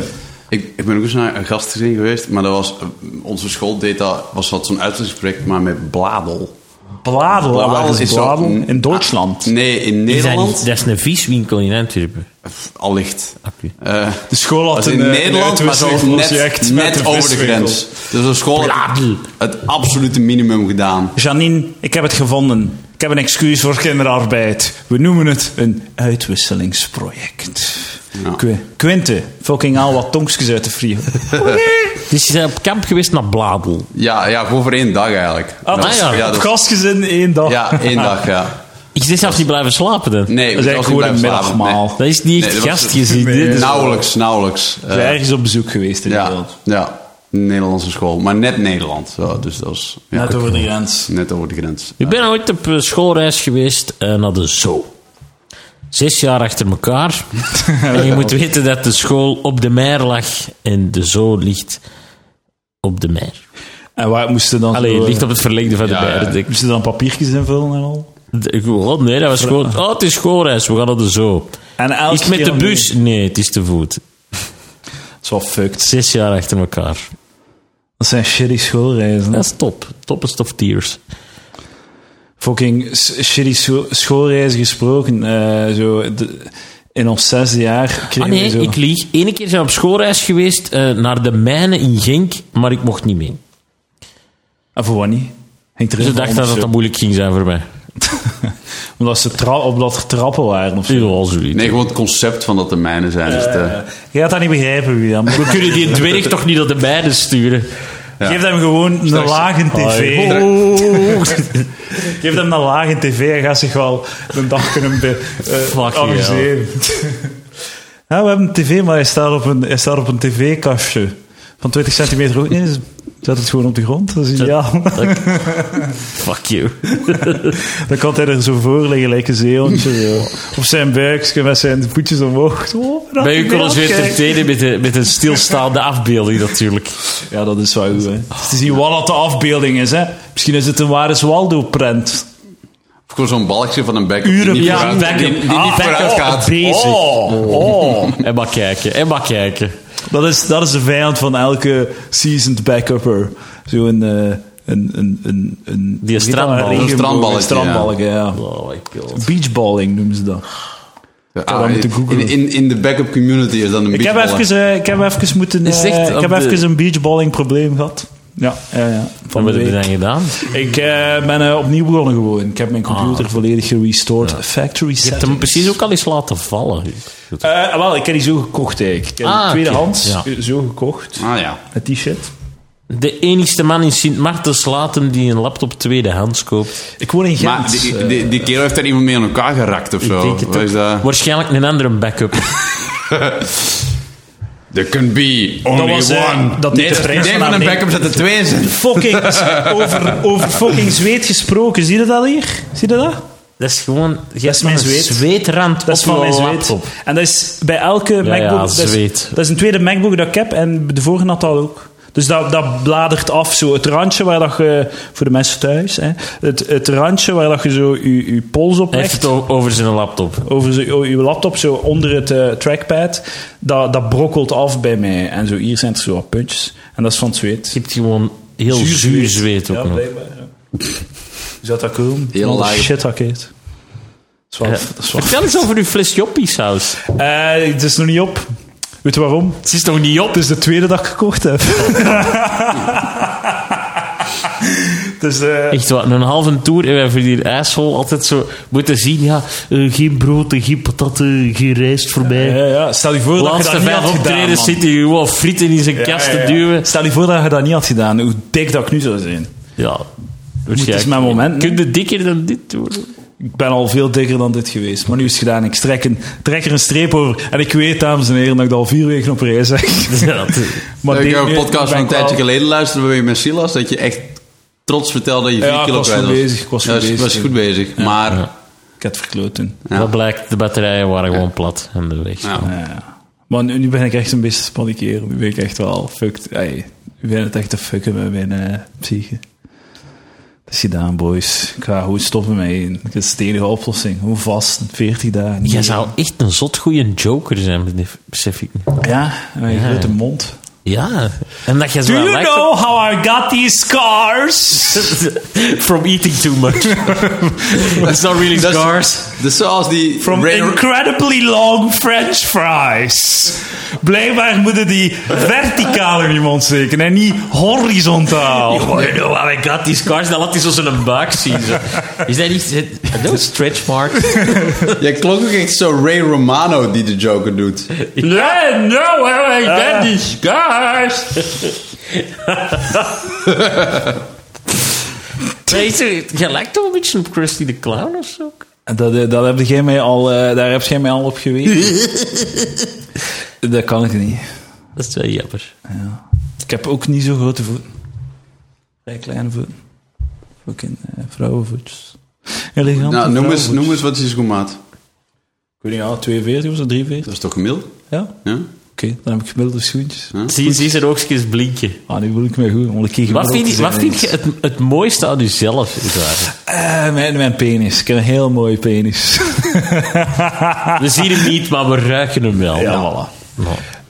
Speaker 2: Ik, ik ben ook eens naar een gastgezin geweest, maar dat was, eh, onze school deed dat, was dat zo'n uitwisselingsproject, maar met bladel.
Speaker 1: Bladel. Waar is
Speaker 2: zo- Ah.
Speaker 1: Bladel? In Duitsland.
Speaker 2: Nee, in
Speaker 3: Die zijn
Speaker 2: Nederland.
Speaker 3: niet- dat is een vieswinkel in Antwerpen.
Speaker 2: Pff, Allicht.
Speaker 3: Oké.
Speaker 2: Eh,
Speaker 1: De school had
Speaker 2: was in
Speaker 1: een, eh,
Speaker 2: Nederland,
Speaker 1: een
Speaker 2: maar zo net,
Speaker 1: uitwisselingsproject
Speaker 2: net
Speaker 1: met een
Speaker 2: over de
Speaker 1: viswinkel.
Speaker 2: grens. Dus een school had
Speaker 3: Bladel.
Speaker 2: het absolute minimum gedaan.
Speaker 1: Janine, ik heb het gevonden. Ik heb een excuus voor kinderarbeid. We noemen het een uitwisselingsproject.
Speaker 2: Ja.
Speaker 1: Qu- Quinte, fucking al wat tongskes uit de frigo.
Speaker 3: Dus je bent op kamp geweest naar Bladel.
Speaker 2: Ja, ja, gewoon voor één dag eigenlijk.
Speaker 1: Ah,
Speaker 2: Dat-
Speaker 3: ja.
Speaker 2: ja,
Speaker 1: Op
Speaker 2: dat-
Speaker 1: gastgezin één dag.
Speaker 2: ja, één dag, ja.
Speaker 3: Ik zit zelfs niet blijven slapen dan.
Speaker 2: Nee,
Speaker 1: Dat is
Speaker 2: ik
Speaker 1: eigenlijk
Speaker 2: was
Speaker 1: gewoon een
Speaker 2: niet blijven slapen,
Speaker 1: middagmaal.
Speaker 3: Dat is niet echt
Speaker 2: Nee, dat was-
Speaker 3: gastgezin.
Speaker 1: Nee.
Speaker 3: dit
Speaker 2: nee.
Speaker 3: is-
Speaker 2: Nauwelijks, nauwelijks.
Speaker 1: We
Speaker 2: Eh,
Speaker 1: zijn ergens op bezoek geweest in de
Speaker 2: ja,
Speaker 1: wereld.
Speaker 2: ja, Nederlandse school, maar net Nederland. Zo, dus dat was ja,
Speaker 1: Net over de grens.
Speaker 2: net over de grens.
Speaker 3: Ik ben ooit op eh, schoolreis geweest eh, naar de zoo. Zes jaar achter
Speaker 2: <laughs>
Speaker 3: elkaar. en je moet weten dat de school op de meer lag en de zoo ligt op de meer.
Speaker 1: En waar moesten dan...
Speaker 3: Allee,
Speaker 1: zo,
Speaker 3: het
Speaker 1: eh,
Speaker 3: ligt op het verlengde van de
Speaker 2: Ja, ja.
Speaker 3: meer. denk ik.
Speaker 1: Moesten dan papiertjes invullen en al?
Speaker 3: Ik- God, nee, dat was gewoon... Oh, het is schoolreis, we gaan naar de zoo.
Speaker 1: En elke
Speaker 3: Is het met
Speaker 1: keer
Speaker 3: de
Speaker 1: opnieuw.
Speaker 3: bus? Nee, het is te voet.
Speaker 1: Dat is wel fucked.
Speaker 3: Zes jaar achter elkaar.
Speaker 1: Dat zijn shitty schoolreizen. hè.
Speaker 3: Dat is top. Toppest of tiers.
Speaker 1: Fucking s- shitty scho- schoolreizen gesproken. eh, zo, de- in ons zesde jaar kregen
Speaker 3: Ah nee,
Speaker 1: we zo...
Speaker 3: ik lieg. Eén keer zijn we op schoolreis geweest eh, naar de mijnen in Genk, maar ik mocht niet mee.
Speaker 1: En Ah, voor wat niet? Ging er
Speaker 3: Dus
Speaker 1: een
Speaker 3: ik dacht dat
Speaker 1: of
Speaker 3: dat
Speaker 1: zo?
Speaker 3: dan moeilijk ging zijn voor mij.
Speaker 1: Omdat ze tra omdat er trappen waren of zo.
Speaker 3: Ja, wel zoiets.
Speaker 2: Nee, gewoon het concept van dat de mijnen zijn. dus de-
Speaker 1: Je gaat dat niet begrijpen, William.
Speaker 3: We
Speaker 1: <laughs>
Speaker 3: kunnen die dwerg toch niet naar de mijnen sturen?
Speaker 1: Geef hem gewoon een
Speaker 2: Straks-
Speaker 1: lage tv. Oh.
Speaker 2: Hoi.
Speaker 1: Geef hem een lage tv en gaat zich wel een dag kunnen be- eh,
Speaker 3: Fuck you,
Speaker 1: amuseren. <laughs> Ja, we hebben een tv, maar hij staat op een, hij staat op een tv-kastje. Van 20 centimeter hoog. Nee, dat is Zet het gewoon op de grond, dat is ideaal. <laughs>
Speaker 3: Fuck you.
Speaker 1: Dan kan hij er zo voor liggen, lijkt een zeehondje. zo. Op zijn buikje met zijn voetjes omhoog. Oh, Zo,
Speaker 3: Bij u kon ons weer
Speaker 1: Kijk.
Speaker 3: entertainen met, de, met een stilstaande afbeelding natuurlijk.
Speaker 1: Ja, dat is wel goed. Hè. Het is te zien wat dat de afbeelding is. Hè. Misschien is het een ware Waldo-prent.
Speaker 2: Of gewoon zo'n balkje van een bek
Speaker 1: Uren
Speaker 2: die niet
Speaker 1: ja,
Speaker 2: vooruit,
Speaker 1: Beckham.
Speaker 2: die, die niet
Speaker 1: Ah,
Speaker 2: vooruit
Speaker 1: Beckham.
Speaker 2: gaat.
Speaker 3: Bezig.
Speaker 1: Oh, oh.
Speaker 3: En maar kijken, en maar kijken.
Speaker 1: Dat, is, dat is de vijand van elke seasoned backupper. Zo'n... eh, een, een, een, een,
Speaker 3: Die strandbal.
Speaker 1: Een regenboog,
Speaker 2: Een strandballetje,
Speaker 1: een strandballetje, ja.
Speaker 3: Oh my god.
Speaker 1: Beachballing noemen ze dat.
Speaker 2: Ah,
Speaker 1: dat moeten
Speaker 2: in,
Speaker 1: googlen.
Speaker 2: in, in de backup community is dan een
Speaker 1: Ik heb,
Speaker 2: beachballer.
Speaker 1: even, eh, ik heb even moeten... eh,
Speaker 3: Is echt
Speaker 1: ik heb
Speaker 3: op de-
Speaker 1: even een beachballing probleem gehad. Ja, ja, ja.
Speaker 3: Wat
Speaker 1: Van de
Speaker 3: hebben we
Speaker 1: week.
Speaker 3: dan gedaan?
Speaker 1: Ik eh, ben eh, opnieuw begonnen gewoon. Ik heb mijn computer volledig gerestored. Factory
Speaker 3: Ah. Je hebt hem
Speaker 1: settings.
Speaker 3: precies ook al eens laten vallen.
Speaker 1: Eh, wel, ik heb die zo gekocht eigenlijk. Ik heb
Speaker 3: Ah,
Speaker 1: die
Speaker 3: oké.
Speaker 1: tweedehands
Speaker 3: Ja.
Speaker 1: eh, zo gekocht.
Speaker 2: Ah ja.
Speaker 1: Het t-shirt.
Speaker 3: De enigste man in Sint Maartens Latem die een laptop tweedehands koopt.
Speaker 1: Ik woon in Gent.
Speaker 2: Maar die,
Speaker 1: eh,
Speaker 2: die, die kerel heeft daar iemand mee aan elkaar gerakt of zo.
Speaker 3: denk het
Speaker 2: Wat is dat?
Speaker 3: Waarschijnlijk een andere backup.
Speaker 2: There can be only
Speaker 1: was, eh,
Speaker 2: one.
Speaker 1: dat
Speaker 2: nee,
Speaker 1: deed de prijs
Speaker 2: nee,
Speaker 1: van
Speaker 2: van
Speaker 1: haar
Speaker 2: een
Speaker 1: neer.
Speaker 2: backup zet er twee in.
Speaker 1: Fucking, over, over fucking zweet gesproken. Zie je dat hier? Zie je dat?
Speaker 3: Dat is gewoon... Je
Speaker 1: is mijn
Speaker 3: een
Speaker 1: zweet.
Speaker 3: zweetrand
Speaker 1: Dat is
Speaker 3: op
Speaker 1: van
Speaker 3: je
Speaker 1: mijn zweet.
Speaker 3: laptop.
Speaker 1: En dat is bij elke MacBook...
Speaker 3: ja,
Speaker 1: dat, is,
Speaker 3: zweet.
Speaker 1: dat is een tweede MacBook dat ik heb en de vorige had dat ook. Dus dat, dat bladert af, zo het randje waar dat je... Voor de mensen thuis, hè, het, het randje waar dat je zo je, je pols op
Speaker 3: Hij heeft
Speaker 1: legt.
Speaker 3: het o- over zijn laptop.
Speaker 1: over zo- uw- uw laptop, zo onder het eh, trackpad, dat, dat brokkelt af bij mij. En zo hier zijn er zo wat puntjes. En dat is van het zweet.
Speaker 3: Je hebt gewoon heel zuur, zweet ook
Speaker 1: ja,
Speaker 3: nog.
Speaker 1: blijkbaar. Ja. Is dat dat cool?
Speaker 2: Heel
Speaker 1: Wat een
Speaker 2: laag.
Speaker 1: Shit, dat heet.
Speaker 3: Ja.
Speaker 1: Dat is wel-
Speaker 3: Vertel eens over uw fles joppiesaus.
Speaker 1: Eh, Het is nog niet op. Weet je waarom?
Speaker 3: Het is toch niet op?
Speaker 1: Het is de tweede dag gekocht heb. <laughs> dus, eh,
Speaker 3: Echt wat, een halve tour en wij voor die ijshol altijd zo moeten zien, ja, eh, geen brood, en geen patatten, geen rijst voor mij.
Speaker 1: ja, ja, stel je voor
Speaker 3: de
Speaker 1: dat je
Speaker 3: laatste
Speaker 1: dat niet
Speaker 3: vijf
Speaker 1: had gedaan,
Speaker 3: optredens
Speaker 1: man.
Speaker 3: zit hij gewoon frieten in zijn kast te
Speaker 1: Ja, ja, ja.
Speaker 3: duwen.
Speaker 1: Stel je voor dat je dat niet had gedaan, hoe dik dat ik nu zou zijn.
Speaker 3: Ja,
Speaker 1: eens
Speaker 3: waarschijnlijk.
Speaker 1: mijn moment,
Speaker 3: Kun je dikker dan dit doen?
Speaker 1: Ik ben al veel dikker dan dit geweest, maar nu is het gedaan. Ik trek, een, trek er een streep over. En ik weet, dames en heren, dat ik dat al vier weken op rij zeg.
Speaker 3: Ja, dat-
Speaker 1: <laughs> Maar
Speaker 2: Ik
Speaker 1: dit-
Speaker 2: heb een
Speaker 1: nu-
Speaker 2: podcast
Speaker 1: ben
Speaker 2: van een
Speaker 1: ik wel-
Speaker 2: tijdje geleden luisteren waar je met Silas dat je echt trots vertelde dat je
Speaker 1: Ja,
Speaker 2: 4
Speaker 1: ik
Speaker 2: kilo
Speaker 1: was
Speaker 2: kwijt
Speaker 1: goed
Speaker 2: was.
Speaker 1: bezig, ik was
Speaker 2: Ja,
Speaker 1: goed
Speaker 2: je
Speaker 1: bezig.
Speaker 2: was goed bezig. Maar
Speaker 1: Ik had het verkloot toen.
Speaker 2: Ja.
Speaker 3: Dat blijkt, de batterijen waren gewoon plat en de weg.
Speaker 1: <laughs>
Speaker 2: Ja.
Speaker 1: Ja. Maar nu, nu ben ik echt een beetje te panikeren. Nu ben ik echt wel fucked. Ey, nu ben het echt te fucken met mijn eh, psyche. Het is gedaan, boys. Ik ga gewoon stoppen met één. Het is de enige oplossing. Hoe vast? 40 dagen.
Speaker 3: Jij zou echt een zot goeie joker zijn, besef ik.
Speaker 1: Ja, met een
Speaker 3: Ja.
Speaker 1: grote mond.
Speaker 3: Ja, en dat jij zo
Speaker 1: Do
Speaker 3: wel
Speaker 1: you
Speaker 3: lijkt op-
Speaker 1: know how I got these scars? <laughs>
Speaker 3: From eating too much. It's not really
Speaker 2: Dat is-
Speaker 3: scars.
Speaker 2: dat is zoals die...
Speaker 1: From
Speaker 2: Ray-
Speaker 1: incredibly long french fries. Blijkbaar moeten die verticaal in je mond steken en niet horizontaal.
Speaker 3: Oh, you know how I got these scars? Dan laat hij zo zijn buik zien. zo. Is dat niet... Are those
Speaker 1: <laughs>
Speaker 3: stretch marks?
Speaker 2: Jij klonk ook echt zo Ray Romano die de Joker doet.
Speaker 3: yeah, no, how I got these scars. Nee, is er- jij lijkt toch een beetje op Krusty de Clown of zo?
Speaker 1: Dat, eh, dat heb jij mij al, eh, daar heb jij mij al op gewezen.
Speaker 3: <laughs>
Speaker 1: dat kan ik niet.
Speaker 3: Dat is wel jammer.
Speaker 1: Ik heb ook niet zo grote voeten. Vrij kleine voeten. Fucking eh, vrouwenvoetjes. Elegante
Speaker 2: Nou, noem eens,
Speaker 1: vrouwenvoetjes.
Speaker 2: noem eens wat is je schoenmaat.
Speaker 1: Ik weet niet, ja, 42 of zo, 43?
Speaker 2: Dat is toch gemiddeld?
Speaker 1: Ja, oké.
Speaker 2: Ja?
Speaker 1: dan heb ik gemiddelde schoentjes.
Speaker 3: Zie, zie zijn oogstjes blinken.
Speaker 1: Ah, nu voel ik me goed, om een keer
Speaker 3: Wat
Speaker 1: gemiddeld
Speaker 3: vind
Speaker 1: te
Speaker 3: je,
Speaker 1: zijn,
Speaker 3: wat vind je
Speaker 1: jongens.
Speaker 3: het, het mooiste aan jezelf? is waar?
Speaker 1: Eh, mijn, mijn penis. Ik heb een heel mooie penis.
Speaker 3: We zien hem niet, maar we ruiken hem wel.
Speaker 1: <laughs> Ja, voilà.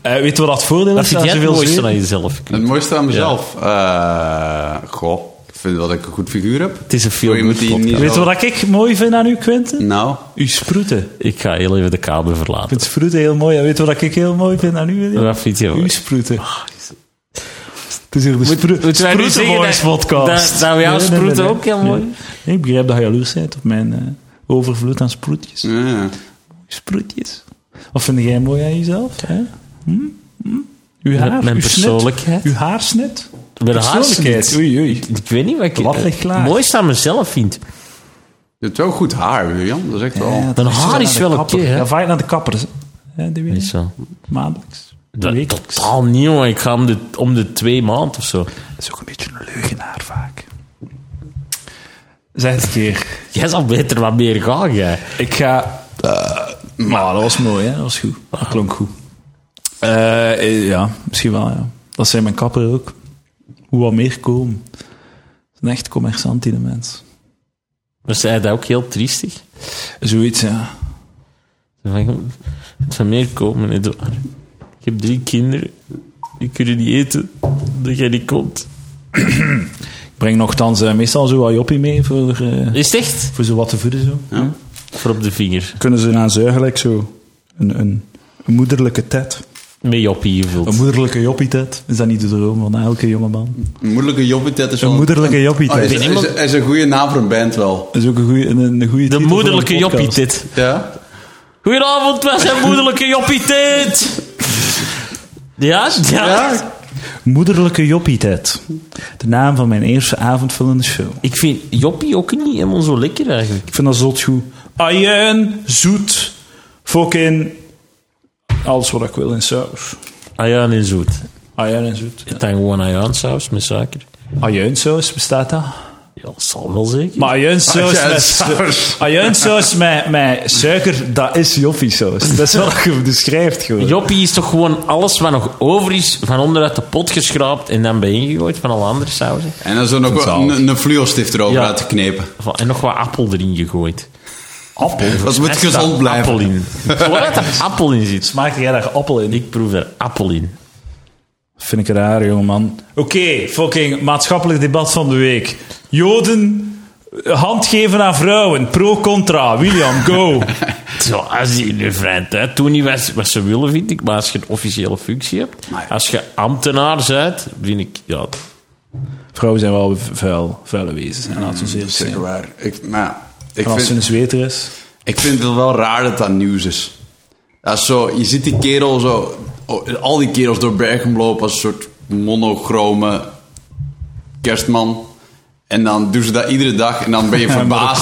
Speaker 1: Eh, weet je wat dat voordeel
Speaker 3: Wat
Speaker 1: is?
Speaker 3: vind
Speaker 1: aan
Speaker 3: jij het
Speaker 1: zoveel
Speaker 3: mooiste
Speaker 1: zweet?
Speaker 3: aan jezelf?
Speaker 2: Het mooiste aan mezelf? Eh, goh, ik vind wel dat ik een goed figuur heb. Het
Speaker 3: is een feel-good podcast.
Speaker 1: Weet je wat ik mooi vind aan u, Quentin?
Speaker 2: Nou,
Speaker 1: Uw sproeten.
Speaker 3: Ik ga heel even de kamer
Speaker 1: Ik
Speaker 3: verlaten.
Speaker 1: vind sproeten heel mooi. En weet je wat ik heel mooi vind aan u, William?
Speaker 3: Wat vind je?
Speaker 1: Uw sproeten.
Speaker 3: Ah,
Speaker 1: Het is hier de sproe-
Speaker 3: moeten wij nu
Speaker 1: Sproeten
Speaker 3: zeggen
Speaker 1: Boys
Speaker 3: dat-
Speaker 1: podcast.
Speaker 3: dat- dat we jouw sproeten ook heel mooi-
Speaker 1: Nee, ik begrijp dat je jaloers bent op mijn eh, overvloed aan sproetjes.
Speaker 2: ja.
Speaker 1: Sproetjes. Wat vind jij mooi aan jezelf? Hè? Hm? Hm? Uw haar,
Speaker 3: Mijn
Speaker 1: uw snit?
Speaker 3: persoonlijkheid.
Speaker 1: Uw haarsnit?
Speaker 3: Mijn haarsnit.
Speaker 1: Oei, oei.
Speaker 3: Ik weet niet wat ik
Speaker 1: Wat
Speaker 3: eh,
Speaker 1: ligt klaar?
Speaker 3: het mooiste aan mezelf vind.
Speaker 2: je hebt wel goed haar, William. Dat is echt wel...
Speaker 3: haar is wel oké, hè?
Speaker 1: Ja, vaak naar de kappers. hè. Ja, die weet
Speaker 3: Is
Speaker 1: ik.
Speaker 3: zo.
Speaker 1: Maandelijks.
Speaker 3: Dat,
Speaker 1: Wekelijks.
Speaker 3: totaal niet, jongen. Ik ga om de, om de twee maanden of zo.
Speaker 1: Dat is ook een beetje een leugenaar vaak. Zeg het een keer.
Speaker 3: Jij zou beter wat meer gaan, jij.
Speaker 1: Ik ga... eh, maar dat was mooi, hè? Dat was goed. Dat klonk goed. Eh, eh, ja, misschien wel, ja. Dat zijn mijn kapper ook. Hoe wat meer komen. Het is een echt commerçant, die de mens.
Speaker 3: Maar zei dat ook heel triestig?
Speaker 1: Zoiets, ja.
Speaker 3: Zo Van, het zou meer komen, Edouard. Ik heb drie kinderen. Die kunnen niet eten. Dat jij niet komt.
Speaker 1: Ik breng nogthans eh, meestal zo wat joppie mee voor, eh,
Speaker 3: Is het echt?
Speaker 1: voor zo wat te voeden, zo.
Speaker 3: Voor op de vinger.
Speaker 1: Kunnen ze aan zuigen, like zo een, een, een moederlijke tet.
Speaker 3: Met joppie gevuld.
Speaker 1: Een moederlijke joppie-tet. Is dat niet de droom van elke jongeman?
Speaker 2: Een moederlijke jobbietet is wel...
Speaker 1: Een moederlijke
Speaker 2: Oh, is,
Speaker 1: joppie-tet.
Speaker 2: is, is, is een goede naam voor een band wel.
Speaker 1: Dat is ook een goede een, een goeie
Speaker 3: De
Speaker 1: titel voor
Speaker 3: moederlijke
Speaker 1: een podcast.
Speaker 3: joppie dit.
Speaker 2: Ja?
Speaker 3: Goedenavond, wij zijn moederlijke joppie dit. Ja, ja.
Speaker 1: Moederlijke joppie-tet. De naam van mijn eerste avondvullende show.
Speaker 3: Ik vind joppie ook niet helemaal zo lekker eigenlijk.
Speaker 1: Ik vind dat zot goed. Ajuin, zoet, fucking... Alles wat ik wil in saus.
Speaker 3: Ayaan en Ah zoet.
Speaker 1: Ajuin en zoet.
Speaker 3: Het dan gewoon ajaansaus met suiker.
Speaker 1: Ajuinsaus, bestaat dat?
Speaker 3: Ja, dat zal wel zeker.
Speaker 1: Maar ajuinsaus met,
Speaker 2: Ajuinsaus.
Speaker 1: ajuinsaus met, met suiker, dat is joppiesaus. Dat is wat je beschrijft gewoon.
Speaker 3: Joppie is toch gewoon alles wat nog over is van onderuit de pot geschraapt en dan bijeengegooid van alle andere sausen.
Speaker 2: En dan zo nog wel
Speaker 1: Zalig.
Speaker 2: een, een fluo-stift erover
Speaker 3: Ja.
Speaker 2: laten knepen.
Speaker 3: Van- En nog wat appel erin gegooid.
Speaker 1: Appel?
Speaker 2: Dat moet
Speaker 3: Er staat
Speaker 2: gezond blijven.
Speaker 3: Appel in. Zolang dat
Speaker 2: <laughs>
Speaker 3: er appel in zit.
Speaker 1: Smaakte jij daar appel in?
Speaker 3: Ik proef er appel in.
Speaker 1: Vind ik raar, jongeman. Oké, fucking maatschappelijk debat van de week. Joden, eh, hand geven aan vrouwen. Pro-contra. William,
Speaker 2: <laughs>
Speaker 1: go.
Speaker 3: Zo, als je in je vrije tijd doet niet wat, wat ze willen, vind ik. Maar als je een officiële functie hebt,
Speaker 2: Maar ja.
Speaker 3: als je ambtenaar bent, vind ik... Ja,
Speaker 1: vrouwen zijn wel vuil, vuile wezens. En laten we eerlijk zijn.
Speaker 2: Zeker waar. Ik, maar ja, ik
Speaker 1: En als ze een
Speaker 2: vind,
Speaker 1: zweter is...
Speaker 2: ik vind het wel raar dat dat nieuws is. Dat is zo, je ziet die kerel zo... oh, Al die kerels door Bergen lopen als een soort monochrome kerstman. En dan doen ze dat iedere dag en dan ben je verbaasd.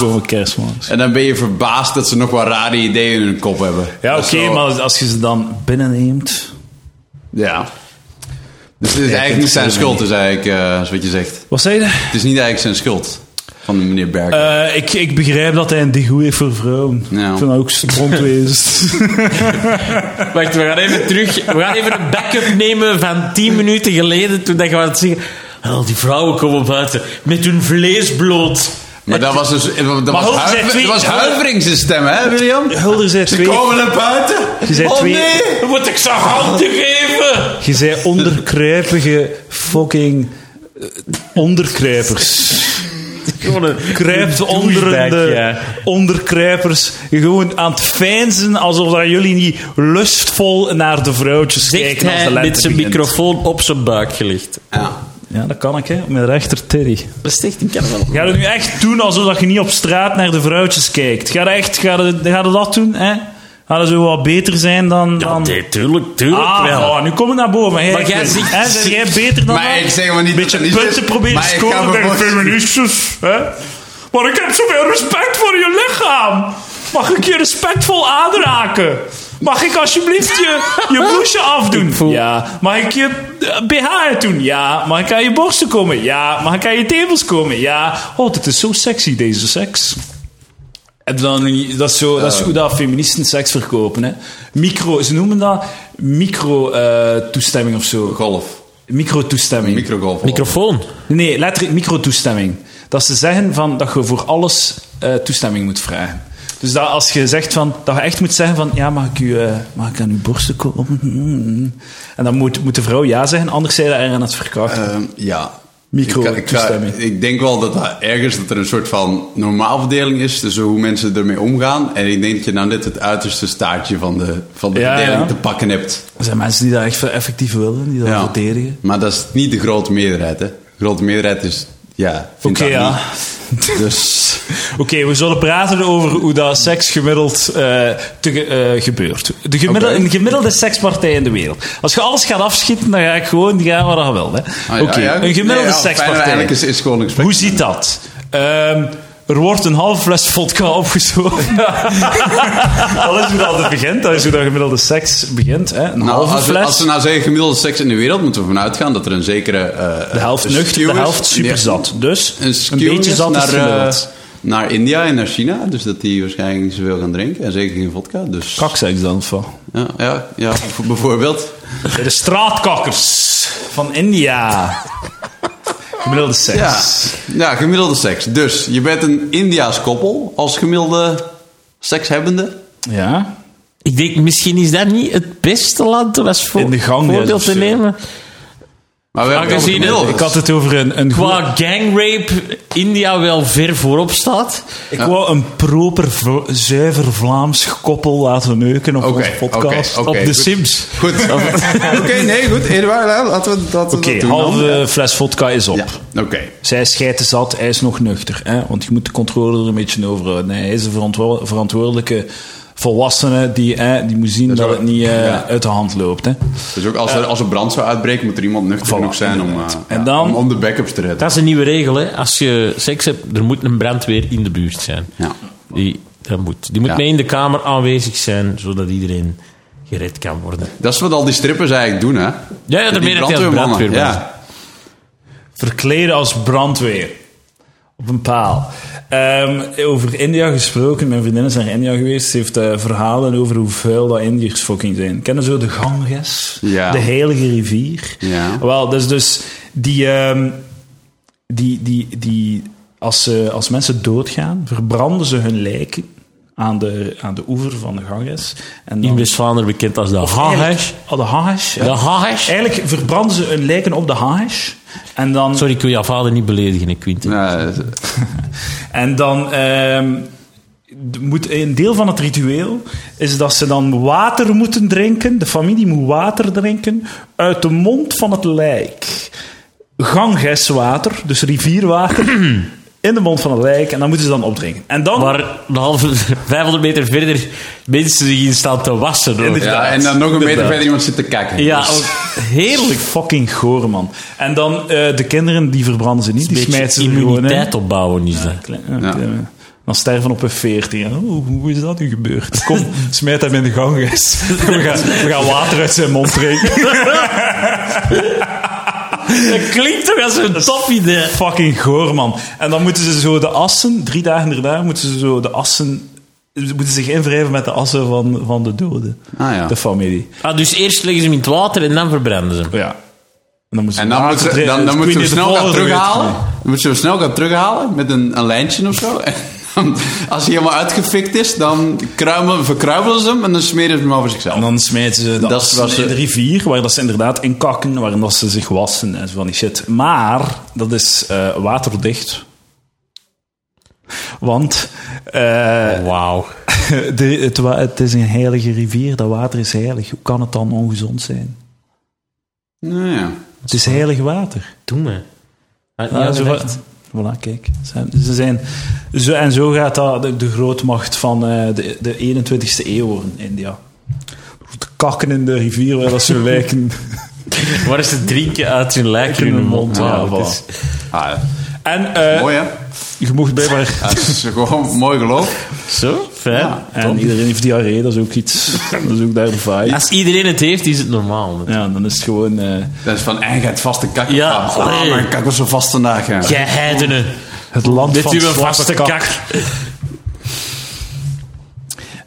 Speaker 1: <laughs> Monochrome kerstman.
Speaker 2: En dan ben je verbaasd dat ze nog wat rare ideeën in hun kop hebben.
Speaker 1: Ja,
Speaker 2: Dat
Speaker 1: oké,
Speaker 2: is zo-
Speaker 1: maar als je ze dan binnenneemt...
Speaker 2: Ja. Dus het is eigenlijk
Speaker 1: het
Speaker 2: niet zijn
Speaker 1: is
Speaker 2: schuld, is eigenlijk eh, is wat je zegt.
Speaker 1: Wat zei je?
Speaker 2: Het is niet eigenlijk zijn schuld van meneer Berger.
Speaker 1: Eh, ik, ik begrijp dat hij een degoe heeft voor vrouwen.
Speaker 2: Ja.
Speaker 1: Ik vind dat ook
Speaker 2: <laughs>
Speaker 1: strontwezens.
Speaker 3: <laughs> Wacht, we gaan even terug. We gaan even een backup nemen van 10 minuten geleden. Toen dat je wat zeggen. Al die vrouwen komen buiten met hun vlees bloot.
Speaker 1: Eh,
Speaker 2: maar dat was dus. Dat was,
Speaker 1: Hulp zei
Speaker 2: huiver,
Speaker 1: twee-
Speaker 2: dat was huivering zijn stem, hè, William?
Speaker 1: Hulder zei
Speaker 2: Ze
Speaker 1: twee-
Speaker 2: komen naar buiten.
Speaker 1: Je zei
Speaker 2: oh
Speaker 1: twee-
Speaker 2: nee!
Speaker 3: Moet ik ze handen geven?
Speaker 1: Je zei onderkruipige fucking eh, onderkruipers.
Speaker 3: Gewoon een
Speaker 1: Kruipt
Speaker 3: een
Speaker 1: onder
Speaker 3: douchebag,
Speaker 1: de
Speaker 3: ja.
Speaker 1: onderkruipers. Gewoon aan het feinzen alsof dat jullie niet lustvol naar de vrouwtjes
Speaker 3: Zegt
Speaker 1: kijken als de
Speaker 3: hij
Speaker 1: lente
Speaker 3: met zijn
Speaker 1: begint.
Speaker 3: microfoon op zijn buik gelegd.
Speaker 2: Ja.
Speaker 1: Ja, dat kan ik, hè. Met rechter teddy.
Speaker 3: Dat is echt een carnaval.
Speaker 1: Ga het nu echt doen alsof dat je niet op straat naar de vrouwtjes kijkt. Ga je echt, ga je, ga je dat doen, hè? Ga je zo wat beter zijn dan...
Speaker 3: Ja,
Speaker 1: dan...
Speaker 3: nee, tuurlijk, tuurlijk
Speaker 1: Ah,
Speaker 3: wel.
Speaker 1: oh, nu kom ik naar boven. Hey,
Speaker 3: Maar jij
Speaker 1: ik-
Speaker 3: zegt-
Speaker 1: hè, zijn jij beter dan
Speaker 2: Maar
Speaker 1: mij?
Speaker 2: ik zeg maar niet
Speaker 1: beetje
Speaker 2: dat het niet
Speaker 1: punten
Speaker 2: is.
Speaker 1: proberen te
Speaker 2: Maar ik ga
Speaker 1: scoren
Speaker 2: me
Speaker 1: tegen
Speaker 2: voor-
Speaker 1: feministes. Hè? Maar ik heb zoveel respect voor je lichaam. Mag ik je respectvol aanraken? Mag ik alsjeblieft je, je bloesje afdoen? Ja. Mag ik je eh, BH doen? Ja. Mag ik aan je borsten komen? Ja. Mag ik aan je tevels komen? Ja. Oh, dit is zo sexy, deze seks. En dan, dat, is zo, dat is hoe dat feministen seks verkopen. Hè. Micro, ze noemen dat micro-toestemming of zo.
Speaker 2: Golf.
Speaker 1: Micro-toestemming.
Speaker 2: Microgolf.
Speaker 3: Microfoon.
Speaker 1: Nee, letterlijk microtoestemming. Dat ze zeggen van, dat je voor alles eh, toestemming moet vragen. Dus dat als je zegt van, dat je echt moet zeggen van, ja, mag ik, u, eh, mag ik aan uw borsten komen? <laughs> Mm. En dan moet, moet de vrouw ja zeggen, anders zijn dat er aan het verkrachten.
Speaker 2: Ehm, ja.
Speaker 1: Micro-
Speaker 2: Ik, ik,
Speaker 1: toestemming.
Speaker 2: ik denk wel dat dat ergens dat er een soort van normaalverdeling is tussen hoe mensen ermee omgaan. En ik denk dat je nou net het uiterste staartje van de, van de
Speaker 1: Ja,
Speaker 2: verdeling
Speaker 1: ja.
Speaker 2: te pakken hebt.
Speaker 1: er zijn mensen die dat echt effectief willen, die dat
Speaker 2: Ja.
Speaker 1: verdedigen.
Speaker 2: Maar dat is niet de grote meerderheid, hè? De grote meerderheid is. Ja, vindt
Speaker 1: Oké,
Speaker 2: dat
Speaker 1: ja.
Speaker 2: niet.
Speaker 1: <laughs>
Speaker 2: Dus.
Speaker 1: Oké, we zullen praten over hoe dat seks gemiddeld eh, te ge- eh, gebeurt. De gemiddelde,
Speaker 2: Oké.
Speaker 1: Een gemiddelde sekspartij in de wereld. Als je alles gaat afschieten, dan ga ik gewoon gaan waar je wil. hè.
Speaker 2: Ah,
Speaker 1: Oké, een gemiddelde
Speaker 2: Nee, ja, fijn,
Speaker 1: sekspartij.
Speaker 2: Eigenlijk is, is gewoon een gesprek.
Speaker 1: Hoe ziet dat? Ehm, Er wordt een half fles vodka
Speaker 2: <laughs>
Speaker 1: opgesloten. dat is hoe dat het begint. Dat is hoe dat gemiddelde seks begint. Hè. Een
Speaker 2: Nou,
Speaker 1: halve
Speaker 2: als, we,
Speaker 1: fles.
Speaker 2: als we nou zeggen gemiddelde seks in de wereld, moeten we ervan uitgaan dat er een zekere... eh,
Speaker 1: de helft
Speaker 2: een
Speaker 1: nuchter, de
Speaker 2: skew is.
Speaker 1: helft super zat. Dus
Speaker 2: Een,
Speaker 1: een,
Speaker 2: skew
Speaker 1: beetje
Speaker 2: is
Speaker 1: zat
Speaker 2: naar,
Speaker 1: is
Speaker 2: eh,
Speaker 1: gemiddeld.
Speaker 2: naar India en naar China. Dus dat die waarschijnlijk niet zoveel gaan drinken. En zeker geen vodka. Dus,
Speaker 1: Kakseks dan van.
Speaker 2: ja, ja, ja, voor- bijvoorbeeld.
Speaker 1: Bij de straatkakkers van India. Gemiddelde seks.
Speaker 2: Ja. ja, gemiddelde seks. Dus je bent een Indiaas koppel als gemiddelde sekshebbende.
Speaker 1: Ja.
Speaker 3: Ik denk, misschien is dat niet het beste land om als vo-
Speaker 1: In de gang, ja, eh,
Speaker 3: voorbeeld
Speaker 1: zo.
Speaker 3: te nemen.
Speaker 2: Maar we hebben het over
Speaker 3: Aangezien
Speaker 2: gemiddelde.
Speaker 1: Ik had het over een, een goe-
Speaker 3: Qua gangrape India wel ver voorop staat.
Speaker 1: Ik wou een proper, v- zuiver Vlaams koppel laten neuken op
Speaker 2: Oké,
Speaker 1: onze podcast.
Speaker 2: oké, oké,
Speaker 1: op de
Speaker 2: goed.
Speaker 1: Sims.
Speaker 2: Goed. <laughs> Oké, nee, goed. Eerder, laten we dat,
Speaker 1: Oké, eh,
Speaker 2: dat doen. dan.
Speaker 1: halve fles vodka is op.
Speaker 2: Ja, oké.
Speaker 1: Zij scheidt zat, hij is nog nuchter. Hè? Want je moet de controle er een beetje over houden. Nee, hij is een verantwo- verantwoordelijke volwassene die, hè, die moet zien dat,
Speaker 2: ook-
Speaker 1: het niet eh,
Speaker 2: ja.
Speaker 1: uit de hand loopt. Hè?
Speaker 2: Dus ook als er, als er brand zou uitbreken, moet er iemand nuchter
Speaker 1: Voilà,
Speaker 2: genoeg zijn om, eh,
Speaker 1: En
Speaker 2: ja,
Speaker 1: dan-
Speaker 2: om, om de backups te redden.
Speaker 3: Dat is een nieuwe regel, hè. Als je seks hebt, er moet een brandweer in de buurt zijn.
Speaker 2: Ja.
Speaker 3: Die, dat moet. Die moet
Speaker 2: Ja.
Speaker 3: mee in de kamer aanwezig zijn, zodat iedereen gered kan worden.
Speaker 2: Dat is wat al die strippers eigenlijk doen, hè?
Speaker 3: Ja, ja,
Speaker 2: Die
Speaker 3: daarmee dat je een
Speaker 2: brandweermannen,
Speaker 3: brandweer bent.
Speaker 2: ja.
Speaker 1: Verkleden als brandweer. Op een paal. Ehm, over India gesproken. Mijn vriendin is naar India geweest. Ze heeft eh, verhalen over hoe vuil dat Indiërs fucking zijn. Kennen ze de Ganges?
Speaker 2: Ja.
Speaker 1: De heilige rivier?
Speaker 2: Ja.
Speaker 1: Wel, dus, dus die, ehm, die, die, die als, ze, als mensen doodgaan, verbranden ze hun lijken aan de, aan de oever van de Ganges. En dan-
Speaker 3: In West-Vlaanderen bekend als de Hahesh.
Speaker 1: Eigenlijk- Oh, de Ganges. ja.
Speaker 3: De Hahesh.
Speaker 1: Eigenlijk verbranden ze hun lijken op de Ganges. En dan,
Speaker 3: Sorry, ik wil jouw vader niet beledigen, hè, Quinten.
Speaker 2: Ja,
Speaker 1: en dan ehm, d- moet een deel van het ritueel is dat ze dan water moeten drinken. De familie moet water drinken uit de mond van het lijk. Gangeswater, dus rivierwater, <clears throat> in de mond van het lijk. En dan moeten ze dan opdrinken. En dan...
Speaker 3: Waar een halve, <laughs> 500 meter verder mensen zich in staan te wassen.
Speaker 1: <laughs>
Speaker 3: hoor.
Speaker 1: Inderdaad.
Speaker 2: ja, en dan nog een meter
Speaker 1: Inderdaad.
Speaker 2: verder iemand zit te kijken.
Speaker 3: Ja,
Speaker 2: Dus-
Speaker 3: ook heerlijk.
Speaker 1: <laughs> Fucking goor, man. En dan eh, de kinderen, die verbranden ze niet. Die
Speaker 3: Beetje
Speaker 1: smijten ze er gewoon in.
Speaker 3: immuniteit opbouwen is dat.
Speaker 1: Klein- ja,
Speaker 2: Ja.
Speaker 1: klein- Dan eh, sterven op een 14. Oh, hoe is dat nu gebeurd? Kom, <laughs> smijt hem in de ganges. We gaan, we gaan water uit zijn mond
Speaker 2: <laughs>
Speaker 1: drinken.
Speaker 3: Dat klinkt toch als een top idee.
Speaker 1: Fucking goor, man. En dan moeten ze zo de assen, drie dagen daarna, moeten ze zo de assen. Ze moeten zich invrijven met de assen van, van de doden.
Speaker 2: Ah, ja.
Speaker 1: De familie.
Speaker 3: Ah, dus eerst leggen ze hem in het water en dan verbranden ze hem.
Speaker 1: Ja. En dan moeten ze,
Speaker 2: En dan
Speaker 1: water
Speaker 2: moeten ze,
Speaker 1: drinken.
Speaker 2: dan,
Speaker 1: Dus
Speaker 2: dan
Speaker 1: ik
Speaker 2: moeten ze hem
Speaker 1: weet niet
Speaker 2: snel
Speaker 1: of de
Speaker 2: gaan
Speaker 1: volgorde
Speaker 2: terughalen.
Speaker 1: weet.
Speaker 2: Dan moeten ze hem snel gaan terughalen met een, een lijntje of zo. En dan, als hij helemaal uitgefikt is, dan kruimelen, verkruimelen ze hem en dan smeren ze hem over zichzelf.
Speaker 1: En dan smijten ze dat
Speaker 2: Dat
Speaker 1: assen
Speaker 2: was
Speaker 1: in
Speaker 2: de-
Speaker 1: de rivier, waar dat ze inderdaad in kakken, waarin dat ze zich wassen en zo van die shit. Maar dat is eh, waterdicht. Want eh, <laughs>
Speaker 3: Wauw.
Speaker 1: de, het, wa- het is een heilige rivier, dat water is heilig. Hoe kan het dan ongezond zijn?
Speaker 2: Nou ja.
Speaker 1: Het is heilig water.
Speaker 3: Doe me. Ah, Had niet
Speaker 1: Ja, Ah, zo
Speaker 3: aangelegd.
Speaker 1: va- Voilà, kijk. Ze- Ze zijn, zo, en zo gaat dat de, de grootmacht van eh, de, de 21ste eeuw worden, India. De kakken in de rivier waar dat ze lijken.
Speaker 3: Waar is het drinken
Speaker 1: <laughs>
Speaker 3: uit hun lijk in hun mond?
Speaker 1: Ja,
Speaker 3: Wauw,
Speaker 1: voilà.
Speaker 3: dat is-
Speaker 2: Ah, ja.
Speaker 1: En eh,
Speaker 2: Mooi hè?
Speaker 1: je mocht blijkbaar... <laughs>
Speaker 2: Ja, het is gewoon mooi geloof.
Speaker 3: Zo, fijn.
Speaker 2: Ja.
Speaker 1: En iedereen heeft diarree, dat is ook iets. <laughs> Dat is ook daar de vibe.
Speaker 3: Als iedereen het heeft, is het normaal.
Speaker 1: Ja, dan is het gewoon. eh,
Speaker 2: Dat is van, eigenlijk het vaste kak.
Speaker 3: Ja,
Speaker 2: Ah,
Speaker 3: nee.
Speaker 2: mijn kak was zo vast vandaag. Ja.
Speaker 3: Jij heidenen.
Speaker 1: het land
Speaker 3: Dit
Speaker 1: van
Speaker 3: is uw
Speaker 1: slappe
Speaker 3: vaste
Speaker 1: kak.
Speaker 3: kak.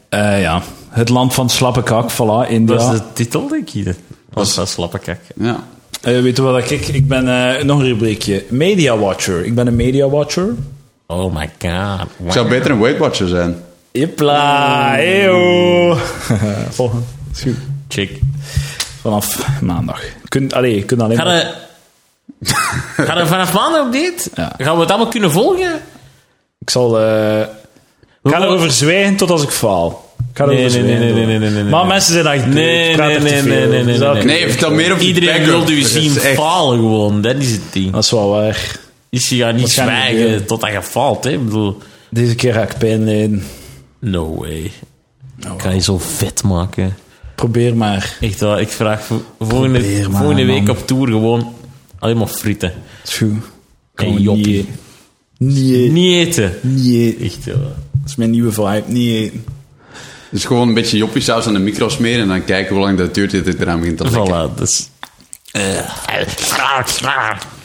Speaker 1: Eh, ja, het land van slappe kak, voilà, India.
Speaker 3: Dat is de titel, denk ik. Dat is wel slappe kak.
Speaker 2: Ja.
Speaker 1: Eh, weet je wat ik? Ik ben eh, nog een rubriekje. Media Watcher. Ik ben een Media Watcher.
Speaker 3: Oh my god.
Speaker 2: Ik zou beter een Weight Watcher zijn.
Speaker 1: Jepla, eeuw. Oh. <laughs> Volgende. Is goed.
Speaker 3: Check.
Speaker 1: Vanaf maandag. Kun, allee, je kunt alleen
Speaker 3: Gaan
Speaker 1: maar-
Speaker 2: <laughs>
Speaker 3: we, gaan we vanaf maandag op dit?
Speaker 1: Ja.
Speaker 3: Gaan we het allemaal kunnen volgen?
Speaker 1: Ik zal... eh ik ga
Speaker 3: Hoe-
Speaker 1: erover zwijgen tot als ik faal. Ik ga
Speaker 3: Nee,
Speaker 1: erover
Speaker 3: nee,
Speaker 1: zwijgen,
Speaker 3: nee, nee,
Speaker 1: hoor.
Speaker 3: nee, nee, nee, nee.
Speaker 1: Maar mensen zijn echt
Speaker 3: Nee, nee, nee, nee, nee, nee, nee.
Speaker 2: Nee, vertel meer over die
Speaker 3: Iedereen
Speaker 2: backup.
Speaker 3: wil u
Speaker 2: Dat is
Speaker 3: zien
Speaker 2: echt-
Speaker 3: falen gewoon. Dat is het ding.
Speaker 1: Dat is wel waar.
Speaker 3: Dus je gaat niet
Speaker 1: Dat gaat niet
Speaker 3: zwijgen
Speaker 1: gebeuren.
Speaker 3: totdat je faalt. Hè? Ik bedoel,
Speaker 1: Deze keer ga ik pijn lijden.
Speaker 3: no way.
Speaker 1: Nou,
Speaker 3: Ik ga je zo vet maken.
Speaker 1: Probeer maar.
Speaker 3: Echt waar, ik vraag vo- volgende,
Speaker 1: Probeer maar,
Speaker 3: volgende week
Speaker 1: man.
Speaker 3: op tour gewoon alleen maar frieten.
Speaker 1: Het is goed.
Speaker 3: En joppie.
Speaker 1: niet, eh, Nee.
Speaker 3: Niet eten.
Speaker 1: Nee.
Speaker 3: Echt, ja.
Speaker 1: Dat is mijn nieuwe vibe. Niet eten.
Speaker 2: Dus gewoon een beetje joppiesaus aan de micro smeren en dan kijken hoe lang dat duurt dit het eraan begint te lekken.
Speaker 3: Voilà, dus...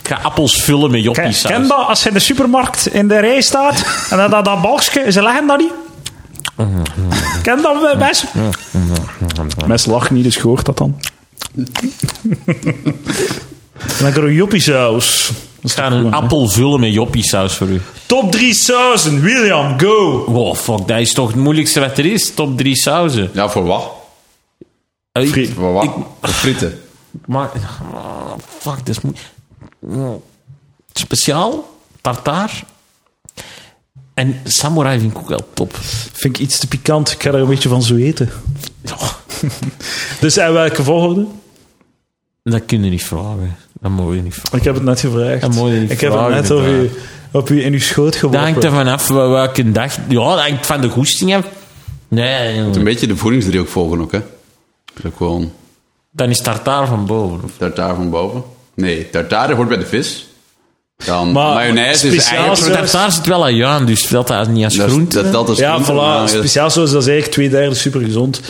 Speaker 3: Ik ga appels vullen met joppiesaus.
Speaker 1: Ken dat als je in de supermarkt in de rij staat en dan dat, dat balkje, ze leggen dat niet? Ken dat mensen? Mensen lachen niet, dus je hoort dat dan. Lekker joppiesaus.
Speaker 3: Ik ga een appel vullen met joppiesaus voor u.
Speaker 1: Top 3 sausen, William, go!
Speaker 3: Wow, fuck, dat is toch het moeilijkste wat er is? Top 3 sauzen.
Speaker 2: Ja, voor wat?
Speaker 3: Eh, ik-
Speaker 1: Friet.
Speaker 2: Voor wat? Voor frieten.
Speaker 3: Maar, ah, fuck, dat is moeilijk. Speciaal, tartaar. En samurai vind ik ook wel top.
Speaker 1: Vind ik iets te pikant, ik ga er een beetje van zo eten.
Speaker 3: Ja,
Speaker 1: <laughs> Dus in welke volgorde?
Speaker 3: dat kun je niet vragen. Dat moet je niet vragen.
Speaker 1: Ik heb het net gevraagd.
Speaker 3: Dat moet je niet
Speaker 1: ik heb het
Speaker 3: vragen,
Speaker 1: net over
Speaker 3: inderdaad.
Speaker 1: u, op u in uw schoot
Speaker 3: Dat hangt er
Speaker 1: geworpen.
Speaker 3: vanaf wel- welke dag. Ja, dat hangt van de goesting af. Nee,
Speaker 2: Een
Speaker 3: jongen.
Speaker 2: beetje de voedingsdriehoek volgen ook, hè? Dus ook gewoon
Speaker 3: dan is tartaar van boven. of-
Speaker 2: tartaar van boven. Nee, tartaar hoort bij de vis. Dan
Speaker 1: Maar
Speaker 2: mayonaise is
Speaker 1: speciaal
Speaker 2: eigenlijk...
Speaker 1: zo-
Speaker 3: Maar tartaar zit wel aan Jaan, dus dat dat niet als
Speaker 2: Dat, is-
Speaker 3: groente.
Speaker 2: dat, dat is
Speaker 1: Ja,
Speaker 2: groente,
Speaker 1: voilà.
Speaker 2: maar-
Speaker 1: Speciaal zoals dat is eigenlijk twee derde super gezond.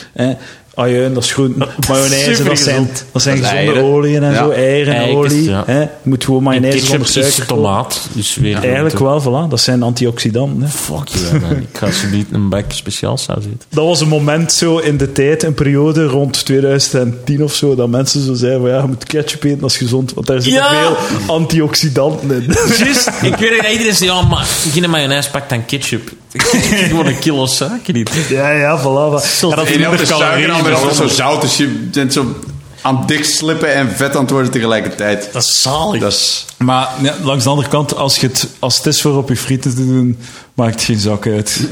Speaker 1: Ajuin, dat is groenten. Mayonaise, dat zijn,
Speaker 3: Supergezond.
Speaker 1: dat zijn
Speaker 2: Dat is
Speaker 1: gezonde
Speaker 2: eieren.
Speaker 1: oliën en
Speaker 2: Ja.
Speaker 1: zo. Eieren en
Speaker 3: Eiken,
Speaker 1: olie.
Speaker 3: ja.
Speaker 1: hè. Je moet gewoon
Speaker 3: En
Speaker 1: mayonaise
Speaker 3: ketchup
Speaker 1: zonder suiker.
Speaker 3: is tomaat. Dus weer
Speaker 1: Eigenlijk
Speaker 3: groente.
Speaker 1: wel, voilà. Dat zijn antioxidanten. hè.
Speaker 3: Fuck je, man. Ik ga alsjeblieft een bak speciaal saus
Speaker 1: <laughs>
Speaker 3: eten.
Speaker 1: Dat was een moment zo in de tijd, een periode rond 2010 of zo, dat mensen zo zeiden van ja, je moet ketchup eten, dat is gezond, want daar zitten
Speaker 3: Ja!
Speaker 1: veel antioxidanten in.
Speaker 3: Juist, ik weet dat iedereen zegt, ja, maar geen mayonaise pakt dan ketchup. <laughs> Ik heb gewoon een kilo suiker niet.
Speaker 1: Ja, ja, voilà.
Speaker 3: Zot.
Speaker 1: En dat
Speaker 3: En
Speaker 2: En
Speaker 1: minder
Speaker 2: op de suiker dan
Speaker 1: calorieën.
Speaker 2: ben je
Speaker 1: dus.
Speaker 2: gewoon zo zout als je bent zo aan het dik slippen en vet aan het worden tegelijkertijd.
Speaker 3: Dat is zalig.
Speaker 2: Dat is...
Speaker 1: Maar ja, langs de andere kant, als, je het, als het is voor op je frieten te doen, maakt het geen zak
Speaker 2: <laughs>
Speaker 1: uit.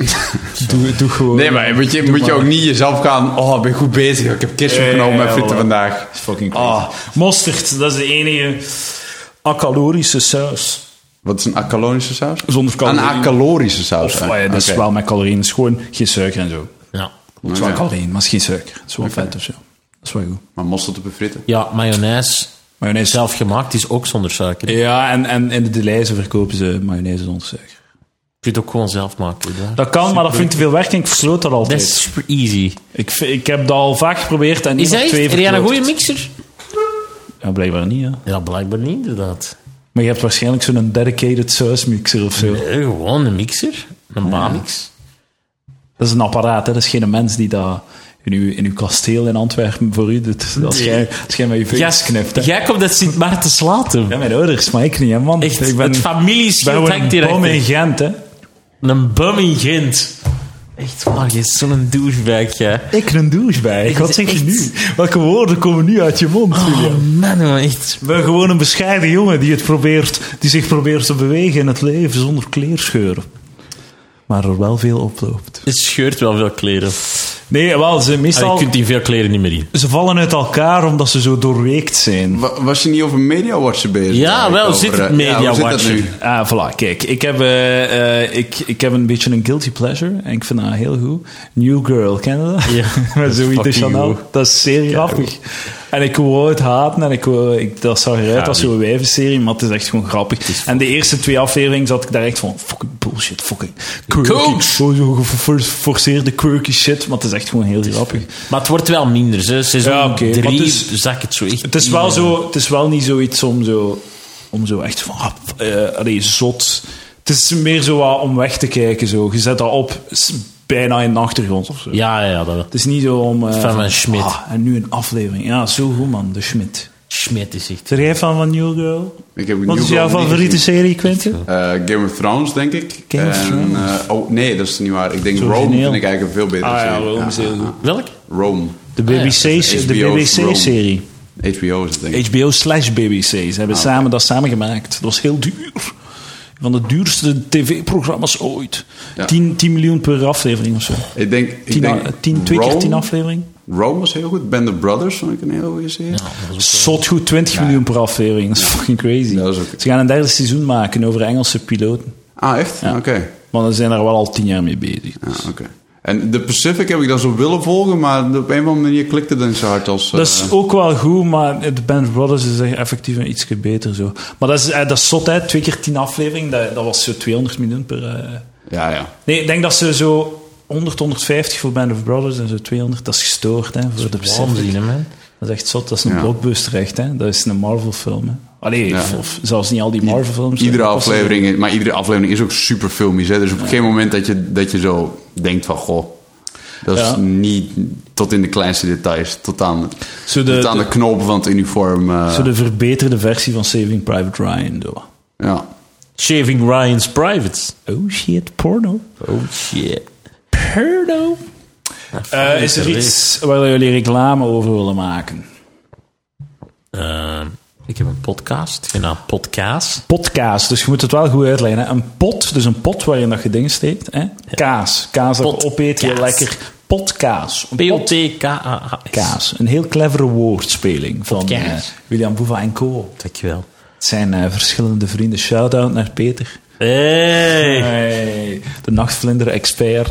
Speaker 1: doe, doe gewoon.
Speaker 2: Nee, maar moet je, moet je ook niet jezelf gaan... Oh, ik ben goed bezig. Ik heb ketchup
Speaker 1: Ja,
Speaker 2: genomen
Speaker 1: ja,
Speaker 2: met frieten
Speaker 1: voilà.
Speaker 2: vandaag.
Speaker 1: Fucking
Speaker 2: Ah,
Speaker 1: Mosterd, dat is de enige acalorische saus.
Speaker 2: Wat is een acalonische saus?
Speaker 1: Zonder calorieën.
Speaker 2: Een acalorische saus.
Speaker 1: Of, ah ja, dat is
Speaker 2: Oké.
Speaker 1: wel met calorieën, het is gewoon geen suiker en zo.
Speaker 3: Ja.
Speaker 1: Het is wel
Speaker 2: Oké.
Speaker 1: calorieën, maar het is geen suiker. Het is wel vet of zo. Dat is wel goed.
Speaker 2: Maar mosterd op je fritten.
Speaker 3: ja, mayonaise
Speaker 1: Mayonaise.
Speaker 3: zelf gemaakt is ook zonder suiker. Ik
Speaker 1: Ja, en, en in de Delijzen verkopen ze mayonaise zonder suiker.
Speaker 3: kun je het ook gewoon zelf maken. hè.
Speaker 1: Dat kan, maar dat vind ik te veel werk en ik versloot dat
Speaker 3: Dat
Speaker 1: altijd.
Speaker 3: is super easy.
Speaker 1: Ik, v- ik heb dat al vaak geprobeerd en
Speaker 3: Is
Speaker 1: niet
Speaker 3: dat echt?
Speaker 1: twee
Speaker 3: Heb jij een
Speaker 1: verkloot.
Speaker 3: goede mixer?
Speaker 1: Ja, blijkbaar niet, ja.
Speaker 3: Ja, blijkbaar niet, inderdaad.
Speaker 1: Maar je hebt waarschijnlijk zo'n dedicated sauce mixer of zo.
Speaker 3: Eh, gewoon een mixer. Een Bamix.
Speaker 1: Dat is een apparaat, hè. dat is geen mens die dat in uw, in uw kasteel in Antwerpen voor u doet. Dat is jij, als jij met je vingers knipt. hè.
Speaker 3: Jij komt uit Sint Maarten Slaten.
Speaker 1: Ja, mijn ouders, maar ik niet, hè, man.
Speaker 3: Echt,
Speaker 1: ik ben,
Speaker 3: het
Speaker 1: ik ben
Speaker 3: familieschild
Speaker 1: gewoon
Speaker 3: hangt
Speaker 1: een
Speaker 3: direct.
Speaker 1: bom in
Speaker 3: in.
Speaker 1: Gent, hè.
Speaker 3: Een bum in Gent. Echt waar, je is zo'n douchebag, jij.
Speaker 1: Ik een douchebag. Wat zeg je nu? Welke woorden komen nu uit je mond, Julia?
Speaker 3: Oh man, man, echt.
Speaker 1: Ik ben gewoon een bescheiden jongen die, het probeert, die zich probeert te bewegen in het leven zonder kleerscheuren. Maar er wel veel oploopt.
Speaker 3: Het scheurt wel veel kleren.
Speaker 1: Nee, wel, ze,
Speaker 3: Ah,
Speaker 1: meestal,
Speaker 3: je kunt in veel kleren niet meer in.
Speaker 1: ze vallen uit elkaar omdat ze zo doorweekt zijn.
Speaker 2: Wa- Was je niet over Media Watcher bezig?
Speaker 3: Ja,
Speaker 2: eigenlijk?
Speaker 3: wel,
Speaker 2: Over,
Speaker 3: zit het
Speaker 2: eh, ja, hoe
Speaker 3: Media
Speaker 2: zit dat
Speaker 3: Watcher?
Speaker 2: nu?
Speaker 1: Ah, voilà, kijk. Ik heb, eh, eh, ik, ik heb een beetje een guilty pleasure. En ik vind dat heel goed. New Girl, ken je dat? <laughs>
Speaker 3: Ja.
Speaker 1: Met Zoe de
Speaker 3: Fucking
Speaker 1: Chanel.
Speaker 3: goed.
Speaker 1: Dat is zeer grappig. En ik wou het haten. En ik, wou, ik, dat zag eruit als zo'n wijvenserie. Maar het is echt gewoon grappig. En de eerste twee afleveringen zat ik daar echt van... Fucking bullshit, fucking quirky.
Speaker 3: Coach!
Speaker 1: Zo zo geforceerde quirky shit. Maar het is echt gewoon heel grappig.
Speaker 3: Maar het wordt wel minder, hè. Seizoen
Speaker 1: Ja, oké,
Speaker 3: drie
Speaker 1: maar het is-
Speaker 3: zak het zo echt
Speaker 1: Het is
Speaker 3: in,
Speaker 1: wel,
Speaker 3: hè.
Speaker 1: zo, het is wel niet zoiets om zo, om zo echt van, ah, f- eh, allee, zot. Het is meer zo wat om weg te kijken. Zo. Je zet dat op s- bijna in de achtergrond of zo.
Speaker 3: Ja, ja, ja, dat wel.
Speaker 1: Het is niet zo om... eh,
Speaker 3: Van een Schmidt.
Speaker 1: Ah, en nu een aflevering. Ja, zo goed man, de Schmidt.
Speaker 3: Schmidt is echt...
Speaker 1: Zeg jij van van New Girl?
Speaker 2: Ik heb
Speaker 1: Wat
Speaker 2: New
Speaker 1: is jouw
Speaker 2: Girl niet
Speaker 1: favoriete
Speaker 2: gezien.
Speaker 1: serie, Quentin?
Speaker 2: Eh, Game of Thrones, denk ik.
Speaker 1: Game of
Speaker 2: En,
Speaker 1: Thrones.
Speaker 2: eh, oh, nee, dat is niet waar. Ik denk
Speaker 1: Zo
Speaker 2: Rome
Speaker 1: origineel.
Speaker 2: vind ik eigenlijk een veel betere
Speaker 1: Ah ja,
Speaker 2: serie.
Speaker 1: Rome is heel goed.
Speaker 3: Welk?
Speaker 2: Rome.
Speaker 1: De
Speaker 3: ja,
Speaker 1: BBC-serie.
Speaker 2: HBO
Speaker 1: de
Speaker 2: Rome.
Speaker 1: BBC-serie.
Speaker 2: HBO is het, denk ik.
Speaker 1: HBO slash BBC. Ze hebben
Speaker 2: Ah,
Speaker 1: samen dat samengemaakt. Dat was heel duur. Van de duurste tv-programma's ooit.
Speaker 2: Ja.
Speaker 1: 10, 10 miljoen per aflevering of zo.
Speaker 2: Ik denk... Ik
Speaker 1: 10,
Speaker 2: denk
Speaker 1: eh, twee keer
Speaker 2: Rome.
Speaker 1: 10 aflevering.
Speaker 2: Rome was heel goed. Band of Brothers vond ik een heel goede serie.
Speaker 1: Zot goed, 20 miljoen per aflevering. Dat is fucking crazy.
Speaker 2: Dat is ook-
Speaker 1: Ze gaan een derde seizoen maken over Engelse piloten.
Speaker 2: Ah, echt? Oké.
Speaker 1: Want ze zijn er wel al 10 jaar mee bezig.
Speaker 2: Ah, oké. En de Pacific heb ik dan zo willen volgen, maar op een of andere manier klikte het niet zo hard als... eh,
Speaker 1: Dat is ook wel goed, maar de Band Brothers is echt effectief een ietsje beter zo. Maar dat is, eh, dat is zot, hè. Twee keer tien afleveringen, dat, dat was zo 200 miljoen per... eh.
Speaker 2: Ja, ja.
Speaker 1: Nee, ik denk dat ze zo 100, 150 voor Band of Brothers en zo 200, dat is gestoord, hè, voor de Pacific.
Speaker 3: Waanzin, hè, man.
Speaker 1: Dat is echt zot, dat is een
Speaker 2: Ja.
Speaker 1: blockbuster echt, hè. Dat is een Marvel-film, hè. Allee,
Speaker 2: Ja.
Speaker 1: of, of zelfs niet al die Marvel-films.
Speaker 2: Iedere
Speaker 1: Dat was-
Speaker 2: aflevering, is- maar iedere aflevering is ook super filmisch. Hè? Dus op geen moment dat je, dat je zo denkt van... Goh, dat is
Speaker 1: Ja.
Speaker 2: niet tot in de kleinste details. Tot aan,
Speaker 1: Zo de-
Speaker 2: tot aan de, knopen van het uniform. eh,
Speaker 1: Zo de verbeterde versie van Saving Private Ryan, zo.
Speaker 2: ja.
Speaker 3: Shaving Ryan's Privates.
Speaker 1: Oh shit, porno.
Speaker 3: Oh shit.
Speaker 1: Porno. Eh, is er iets waar jullie reclame over willen maken?
Speaker 3: Eh, ik heb een podcast genaamd Podcast.
Speaker 1: Podcast, dus je moet het wel goed uitleggen. Hè? Een pot, dus een pot waarin dat je dingen steekt. Hè? Kaas, kaas dat
Speaker 3: Pot-
Speaker 1: je opeet, heel
Speaker 3: kaas.
Speaker 1: lekker. Potkaas. Een
Speaker 3: P-O-T-K-A-A.
Speaker 1: Potkaas. Een heel clevere woordspeling van
Speaker 3: Potkaas.
Speaker 1: eh, William Boeva en Co.
Speaker 3: Dankjewel.
Speaker 1: Het zijn eh, verschillende vrienden. Shout-out naar Peter.
Speaker 3: Hey.
Speaker 1: <laughs>
Speaker 3: <laughs>
Speaker 1: Hey, de nachtvlinder-expert.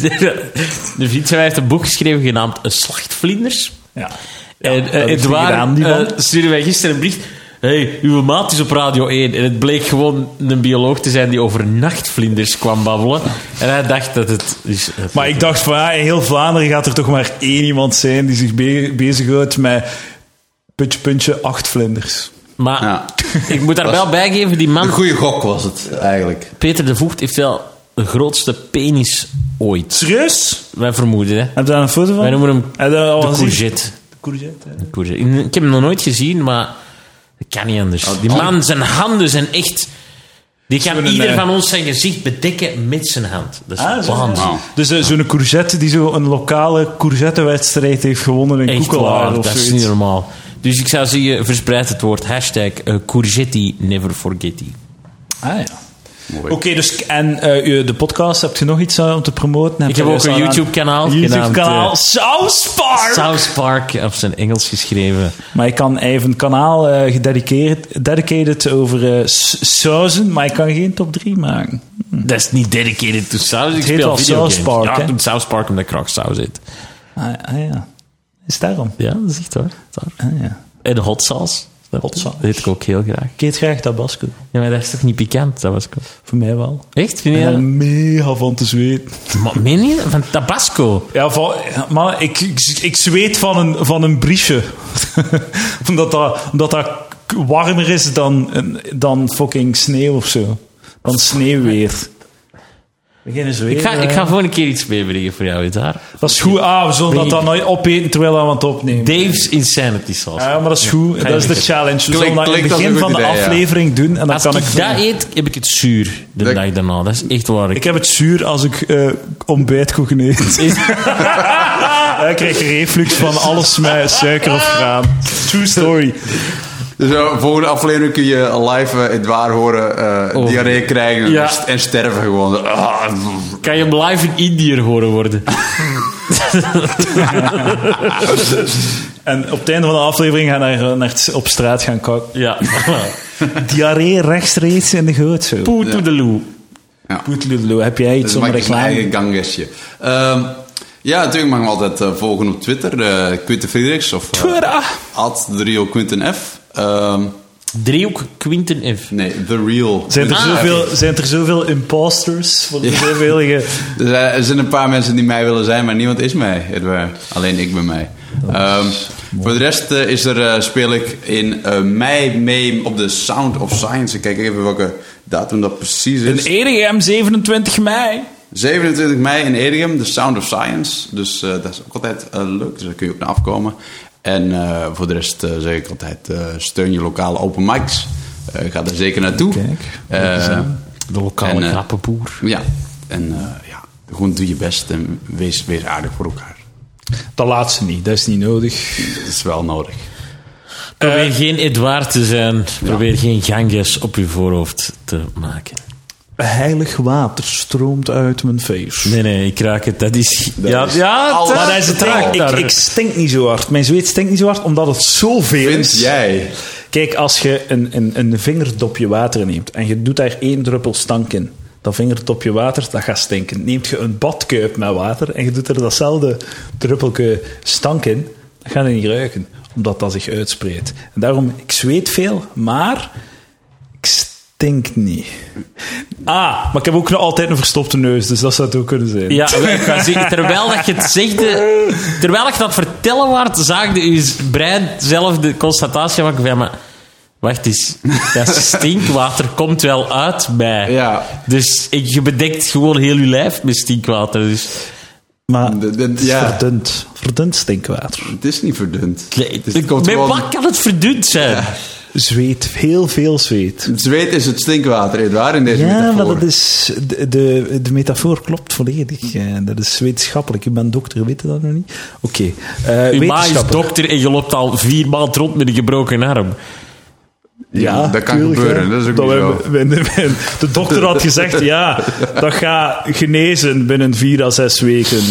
Speaker 3: de vriend van mij heeft een boek geschreven genaamd Slachtvlinders.
Speaker 1: Ja.
Speaker 3: en
Speaker 1: dat heb
Speaker 3: eh,
Speaker 1: ik gedaan,
Speaker 3: Edouard
Speaker 1: die man.
Speaker 3: eh, stuurde mij gisteren een brief. hey, uw maat is op Radio 1. En het bleek gewoon een bioloog te zijn die over nachtvlinders kwam babbelen. En hij dacht dat het... Dus, eh,
Speaker 1: Maar ik dacht van, ja, in heel Vlaanderen gaat er toch maar één iemand zijn die zich be- bezighoudt met puntje, puntje, acht vlinders.
Speaker 3: maar
Speaker 2: Ja.
Speaker 3: <laughs> ik moet daar wel bij geven, die man...
Speaker 2: Een goede gok was het eigenlijk.
Speaker 3: Peter de Voogd heeft wel de grootste penis ooit.
Speaker 1: Serieus?
Speaker 3: Wij vermoeden, hè.
Speaker 1: Heb je daar een foto van?
Speaker 3: Wij noemen hem
Speaker 1: Heb je dat al
Speaker 3: de
Speaker 1: gezien?
Speaker 3: courgette.
Speaker 1: De courgette, hè.
Speaker 3: Courgette. Ik- Ik heb hem nog nooit gezien, maar dat kan niet anders.
Speaker 1: Oh,
Speaker 3: Die man, zijn handen zijn echt... Die kan
Speaker 1: Zo'n,
Speaker 3: ieder
Speaker 1: eh,
Speaker 3: van ons zijn gezicht bedekken met zijn hand. Dat is
Speaker 1: Ah, zo.
Speaker 3: waanzin.
Speaker 2: Wauw.
Speaker 1: Dus eh, zo'n courgette die zo een lokale courgettewedstrijd heeft gewonnen in
Speaker 3: Echt waar,
Speaker 1: Koekelaar of
Speaker 3: dat is niet
Speaker 1: zoiets.
Speaker 3: normaal. Dus ik zou zeggen, verspreid het woord. Hashtag eh, courgetti never forgetti.
Speaker 1: Ah ja.
Speaker 2: Mooi.
Speaker 1: Oké, dus en eh, je- de podcast, heb je nog iets eh, om te promoten? Heb
Speaker 3: Ik
Speaker 1: je
Speaker 3: heb ook
Speaker 1: juist
Speaker 3: een
Speaker 1: al aan-
Speaker 3: YouTube-kanaal genaamd,
Speaker 1: YouTube-kanaal
Speaker 3: eh,
Speaker 1: South Park!
Speaker 3: South Park, op zijn Engels geschreven.
Speaker 1: Maar ik kan even een kanaal eh gededicated dedicated over eh s- sauzen, maar ik kan geen top 3 maken.
Speaker 3: Dat is niet dedicated to saus.
Speaker 1: heet
Speaker 3: Ik speel
Speaker 1: wel
Speaker 3: videogames.
Speaker 1: South Park,
Speaker 3: ja,
Speaker 1: hè?
Speaker 3: ik doe South Park omdat ik graag saus eet.
Speaker 1: Ah, ah ja, is daarom.
Speaker 3: Ja, dat is echt hoor.
Speaker 1: Ah, ja.
Speaker 3: En hot sauce.
Speaker 1: Hot sauce.
Speaker 3: Dat eet ik ook heel graag.
Speaker 1: Ik eet graag tabasco.
Speaker 3: Ja, maar dat is toch niet pikant, dat was cool.
Speaker 1: Voor mij wel.
Speaker 3: Echt? Vind
Speaker 1: Ik
Speaker 3: je
Speaker 1: ben er
Speaker 3: dat?
Speaker 1: mega van te zweten.
Speaker 3: Maar meen je? Van Tabasco.
Speaker 1: Ja, van, maar ik, ik, ik zweet van een, van een briesje. <laughs> omdat, dat, omdat dat k- warmer is dan, een- dan fucking sneeuw of zo. Dan sneeuwweer. Beginnen zweten.
Speaker 3: Ik ga, ik
Speaker 1: hè.
Speaker 3: ga gewoon een keer iets meebrengen voor jou, daar.
Speaker 1: Dat is goed. Ah, we zullen dat dan nooit opeten terwijl we aan het opnemen.
Speaker 3: Dave's Insanity Sauce.
Speaker 1: Ja, maar dat is goed.
Speaker 3: Ga je
Speaker 1: dat is de
Speaker 3: liggen.
Speaker 1: challenge. We
Speaker 2: Klinkt-
Speaker 1: zullen dat in het
Speaker 2: klinkt als
Speaker 1: begin
Speaker 2: een
Speaker 1: van
Speaker 2: goed
Speaker 1: de
Speaker 2: idee, ja.
Speaker 1: aflevering doen en dan
Speaker 3: Als
Speaker 1: kan
Speaker 3: ik
Speaker 1: ik...
Speaker 3: dat eet, heb ik het zuur de
Speaker 2: Dat-
Speaker 3: dag daarna. Dat is echt waar.
Speaker 1: Ik heb het zuur als ik eh ontbijtkoeken eet. <laughs>
Speaker 3: <laughs>
Speaker 1: Ja, ik krijg reflux van alles met suiker of graan. True story.
Speaker 2: Dus eh, volgende aflevering kun je live eh, Edouard horen eh,
Speaker 3: Oh.
Speaker 2: diarree krijgen
Speaker 3: Ja.
Speaker 2: st- en sterven gewoon. Ah,
Speaker 3: <laughs> Kan je hem live in Indië horen worden?
Speaker 2: Dus,
Speaker 1: En op het einde van de aflevering gaan we naar, naar het- op straat gaan kakken.
Speaker 3: ja.
Speaker 1: Diarree rechtstreeks in de goot. zo.
Speaker 3: <laughs> Poe to the loo.
Speaker 2: ja.
Speaker 1: Poetlululu, Heb jij iets
Speaker 2: Dus
Speaker 1: om
Speaker 2: maak ik mijn
Speaker 1: reclame?
Speaker 2: eigen gangesje. Ehm, ja, natuurlijk mag ik me altijd eh, volgen op Twitter. eh Quinten Friedrichs of
Speaker 1: Twitter. Ah.
Speaker 2: at The Real Quinten F. Ehm,
Speaker 3: Driehoek Quinten F.
Speaker 2: nee, The Real.
Speaker 1: Zijn er,
Speaker 2: Ah,
Speaker 1: zoveel, zijn er zoveel imposters? Voor de
Speaker 2: Ja.
Speaker 1: zoveel ge-
Speaker 2: Er zijn, Dus, eh, er zijn een paar mensen die mij willen zijn, maar niemand is mij. Edouard. Alleen ik ben mij. Ehm, voor de rest eh, is er, eh, speel ik in eh, mei mee op de Sound of Science. Ik kijk even welke datum dat precies is.
Speaker 1: EDM 27 mei.
Speaker 2: 27 mei in Edegem, de Sound of Science. Dus eh, dat is ook altijd eh, leuk, dus daar kun je ook naar afkomen. En eh, voor de rest eh, zeg ik altijd, eh, steun je lokale open mics. Eh, ga daar zeker naartoe. Eh,
Speaker 3: De lokale
Speaker 2: En, eh,
Speaker 3: knappe boer.
Speaker 2: ja, en eh, ja, gewoon doe je best en wees, wees aardig voor elkaar.
Speaker 1: Dat laatste niet, dat is niet nodig.
Speaker 2: Dat is wel nodig.
Speaker 3: Probeer geen Edouard te zijn. Probeer geen ganges op uw voorhoofd te maken.
Speaker 1: Heilig water stroomt uit mijn face.
Speaker 3: Nee, nee, ik raak het. Dat is... <laughs> ja,
Speaker 2: is
Speaker 3: ja,
Speaker 2: alles.
Speaker 1: Maar dat is het ding.
Speaker 3: raakt
Speaker 1: Ik,
Speaker 3: daar.
Speaker 1: ik stink niet zo hard. Mijn zweet stinkt niet zo hard, omdat het zoveel
Speaker 2: Vind
Speaker 1: is.
Speaker 2: jij?
Speaker 1: Kijk, als je een, een, een vingerdopje water neemt en je doet daar één druppel stank in, dat vingertopje water, dat gaat stinken. Neemt je een badkuip met water en je doet er datzelfde druppelke stank in, dat gaat je niet ruiken, omdat dat zich uitspreidt. En daarom, ik zweet veel, maar ik stink niet. Ah, maar ik heb ook nog altijd een verstopte neus, dus dat zou het ook kunnen zijn.
Speaker 3: Ja, ik ga zeggen, terwijl dat je het zegde, terwijl ik dat vertellen waard, zaagde je brein zelf de constatatie maken van, maar wacht eens, dat stinkwater komt wel uit bij.
Speaker 2: Ja.
Speaker 3: Dus ik- je bedekt gewoon heel je lijf met stinkwater. Dus
Speaker 1: Maar
Speaker 2: De- de-
Speaker 1: het is
Speaker 2: ja.
Speaker 1: verdund. Verdund stinkwater.
Speaker 2: Het is niet verdund. Dus het
Speaker 3: met
Speaker 2: komt gewoon-
Speaker 3: wat kan het verdund zijn?
Speaker 1: Zweet, heel veel zweet.
Speaker 2: Het zweet is het stinkwater, Edouard, in
Speaker 1: Ja,
Speaker 2: deze metafoor.
Speaker 1: maar dat is, de, de, de metafoor klopt volledig. Eh, Dat is wetenschappelijk. U bent dokter, weet je dat nog niet? Oké. eh,
Speaker 3: Je ma is
Speaker 1: wetenschappelijk.
Speaker 3: dokter en je loopt al vier maanden rond met een gebroken arm.
Speaker 2: Ja, dat kan
Speaker 1: tuurlijk,
Speaker 2: gebeuren.
Speaker 1: ja.
Speaker 2: Dat is ook niet zo.
Speaker 1: wij- wij- wij- de dokter had gezegd, ja, dat gaat genezen binnen vier à zes weken.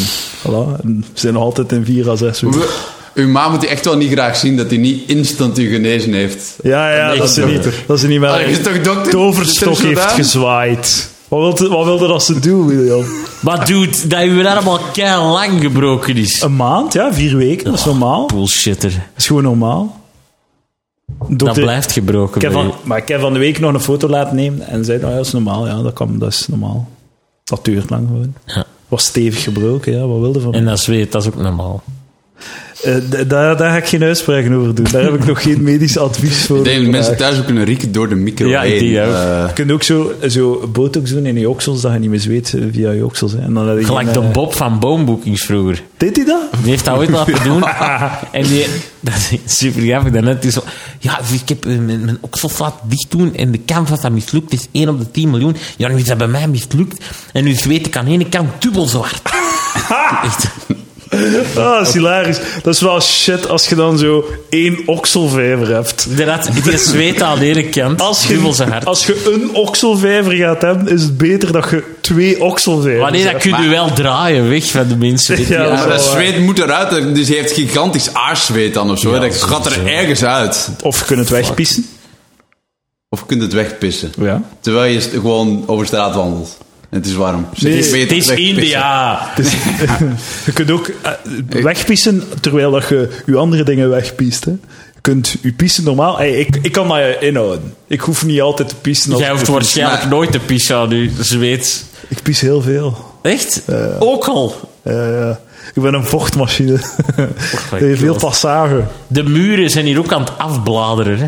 Speaker 1: Voilà, en we zijn nog altijd in vier à zes weken.
Speaker 2: We- Uw ma moet u echt wel niet graag zien dat hij niet instant u genezen heeft.
Speaker 1: Ja, ja,
Speaker 2: Een
Speaker 1: dat ze
Speaker 2: echte
Speaker 1: niet,
Speaker 2: dokter.
Speaker 1: dat ze niet
Speaker 2: Ah,
Speaker 1: meer
Speaker 2: je is toch dokter?
Speaker 1: toverstok
Speaker 2: Zit er
Speaker 1: heeft
Speaker 2: vandaan?
Speaker 1: gezwaaid. Wat wilde, wat wilde dat ze doen, William?
Speaker 3: Maar dude, dat je arm al keihard lang gebroken is.
Speaker 1: Een maand, ja, vier weken, dat is normaal. Dat
Speaker 3: Bullshitter.
Speaker 1: is gewoon normaal.
Speaker 3: Dat
Speaker 1: Dokter-
Speaker 3: blijft gebroken.
Speaker 1: Ik heb
Speaker 3: bij
Speaker 1: van,
Speaker 3: je.
Speaker 1: maar ik heb van de week nog een foto laten nemen en zei, nou ja, dat is normaal, ja, dat, kan, dat is normaal. Dat duurt lang gewoon.
Speaker 3: Ja.
Speaker 1: Was stevig gebroken, ja, wat wilde van
Speaker 3: En dat zweet, dat is ook normaal.
Speaker 1: Eh, d- daar, daar ga ik geen uitspraken over doen. Daar heb ik nog geen medisch advies voor.
Speaker 2: Ik denk dat
Speaker 1: gevraagd.
Speaker 2: mensen thuis ook kunnen rieken door de micro
Speaker 3: Ja, ik
Speaker 2: heen.
Speaker 3: denk dat ook.
Speaker 2: Eh,
Speaker 1: Je kunt ook zo, zo botox doen in je oksels, dat je niet meer zweet eh, via je oksels. hè. En dan heb je
Speaker 3: Gelijk
Speaker 1: geen,
Speaker 3: de
Speaker 1: eh,
Speaker 3: Bob van Boomboekings vroeger.
Speaker 1: Deed hij dat? <laughs>
Speaker 3: Die heeft dat ooit laten doen. En die, dat is super grappig. Daarnet is zo, ja, ik heb eh, mijn, mijn oksels laten dicht doen en de kans dat dat mislukt is 1 op de 10 miljoen. Ja, nu is dat bij mij mislukt. En nu zweet ik aan de ene kant dubbel zo hard.
Speaker 1: <laughs>
Speaker 3: Echt.
Speaker 1: Ah, dat is hilarisch. Dat is wel shit als je dan zo één okselvijver hebt.
Speaker 3: Inderdaad, die zweet aan de ene kant
Speaker 1: Als
Speaker 3: dubbel zo
Speaker 1: je,
Speaker 3: hard.
Speaker 1: als je een okselvijver gaat hebben, is het beter dat je twee okselvijvers
Speaker 3: Maar nee, dat
Speaker 1: hebt.
Speaker 3: kun je wel draaien weg van de mensen.
Speaker 1: Ja,
Speaker 3: die-
Speaker 1: dat is
Speaker 2: maar dat
Speaker 1: wel waar.
Speaker 2: zweet moet eruit, dus hij heeft gigantisch aarzweet dan of zo. dat gaat er ergens uit.
Speaker 1: Of je kunt het wegpissen.
Speaker 2: Of je kunt het wegpissen.
Speaker 1: Ja.
Speaker 2: Terwijl je st- gewoon over straat wandelt. En het is warm. Zit
Speaker 1: Nee,
Speaker 2: je zweet
Speaker 3: Het is
Speaker 2: wegpissen.
Speaker 3: India.
Speaker 1: Je kunt ook eh, wegpissen terwijl dat je je andere dingen wegpiest. Hè. Je kunt je pissen normaal. Hey, ik, ik kan mij eh, inhouden. Ik hoef niet altijd te pissen. Als
Speaker 3: Jij
Speaker 1: ik
Speaker 3: hoeft
Speaker 1: moet
Speaker 3: waarschijnlijk
Speaker 2: Maar-
Speaker 3: nooit te pissen aan je zweet.
Speaker 1: pissen. Ik pies heel veel.
Speaker 3: Echt? Ook al.
Speaker 1: Eh, ik ben een vochtmachine. <laughs>
Speaker 3: my
Speaker 1: Eh, veel
Speaker 3: God.
Speaker 1: passage.
Speaker 3: De muren zijn hier ook aan het afbladeren. Hè?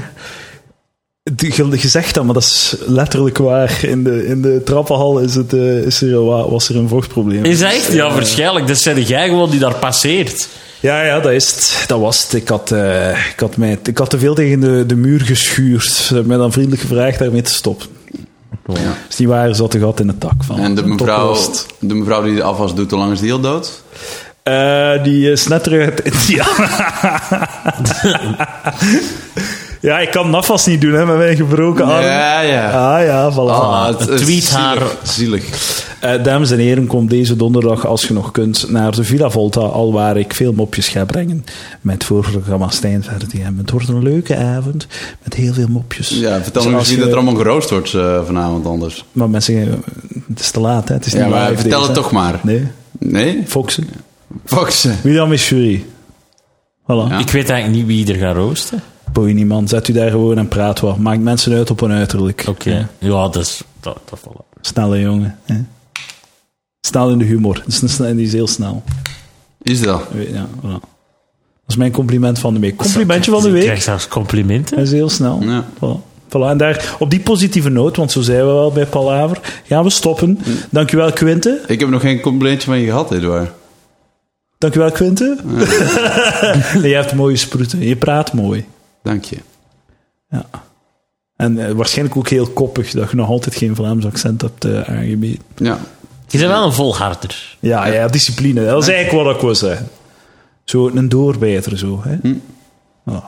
Speaker 1: Die- Je je zegt dat, maar dat is letterlijk waar. In de, in de trappenhal is het, eh, is er, een wa- was er een vochtprobleem.
Speaker 3: Is dat echt? Ja, waarschijnlijk. Dat zijn jij gewoon die daar passeert.
Speaker 1: Ja, ja, dat is het. Dat was het. Ik had, eh, ik had, mij, ik had te veel tegen de, de muur geschuurd. Ze hebben mij dan vriendelijk gevraagd daarmee te stoppen.
Speaker 2: Ja.
Speaker 1: Als het niet waar is, zat een gat in de tak van.
Speaker 2: En de mevrouw,
Speaker 1: Toplost.
Speaker 2: de mevrouw die de afwas doet, hoe lang is die al dood?
Speaker 1: Eh, die is net terug uit <laughs> India. ja, ik kan dat vast niet doen hè, met mijn gebroken arm.
Speaker 2: Ja, ja.
Speaker 1: Ah ja, voilà.
Speaker 2: Ah,
Speaker 3: het
Speaker 2: is
Speaker 3: tweet haar.
Speaker 2: Zielig.
Speaker 1: Eh, dames en heren, kom deze donderdag, als je nog kunt, naar de Villa Volta, al waar ik veel mopjes ga brengen met voorprogramma Stijn Verdi. En het wordt een leuke avond met heel veel mopjes.
Speaker 2: Ja, vertel
Speaker 1: Dus
Speaker 2: me
Speaker 1: als
Speaker 2: misschien
Speaker 1: je-
Speaker 2: dat er allemaal geroost wordt eh, vanavond anders.
Speaker 1: Maar mensen, zeggen, het is te laat, hè? Het is
Speaker 2: Ja,
Speaker 1: niet
Speaker 2: maar
Speaker 1: live
Speaker 2: vertel
Speaker 1: deze,
Speaker 2: het
Speaker 1: hè.
Speaker 2: toch maar.
Speaker 1: Nee,
Speaker 2: Nee?
Speaker 1: Foxen.
Speaker 2: Fuck ze.
Speaker 1: William is jury. Voilà.
Speaker 2: Ja.
Speaker 3: Ik weet eigenlijk niet wie er gaat roosten.
Speaker 1: Boeien niet, man. Zet u daar gewoon en praat wat. Maakt mensen uit op hun uiterlijk.
Speaker 3: Oké.
Speaker 1: Ja.
Speaker 3: Ja, dat is... Dat, dat voilà.
Speaker 1: Snelle jongen. Hè? Snel in de humor. Dat is een sne- Die is heel snel.
Speaker 2: Is dat?
Speaker 1: Ja, voilà. Dat is mijn compliment van de week. Complimentje van de
Speaker 3: Je
Speaker 1: week.
Speaker 3: krijgt Dus zelfs complimenten.
Speaker 1: Hij is heel snel.
Speaker 2: Ja.
Speaker 1: Voilà. Voilà. En daar, op die positieve noot, want zo zijn we wel bij Palaver, gaan we stoppen. Dankjewel, Quinte.
Speaker 2: Ik heb nog geen complimentje van je gehad, Edouard.
Speaker 1: Dankjewel, Quinte. <laughs> je hebt mooie sproeten. Je praat mooi.
Speaker 2: Dank je.
Speaker 1: Ja. En eh, waarschijnlijk ook heel koppig dat je nog altijd geen Vlaams accent hebt eh, aangebied.
Speaker 2: Ja.
Speaker 3: Je bent wel een volharder.
Speaker 1: Ja, ja, discipline. Dat is eigenlijk wat ik wil zeggen. Zo een doorbijter, zo. Hè? Voilà.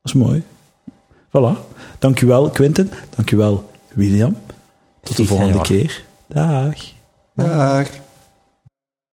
Speaker 1: Dat is mooi. Voilà. Dankjewel, Quinten. Dankjewel, William. Tot de
Speaker 3: Ik ga
Speaker 1: volgende
Speaker 3: jou.
Speaker 1: keer. Dag.
Speaker 2: Dag.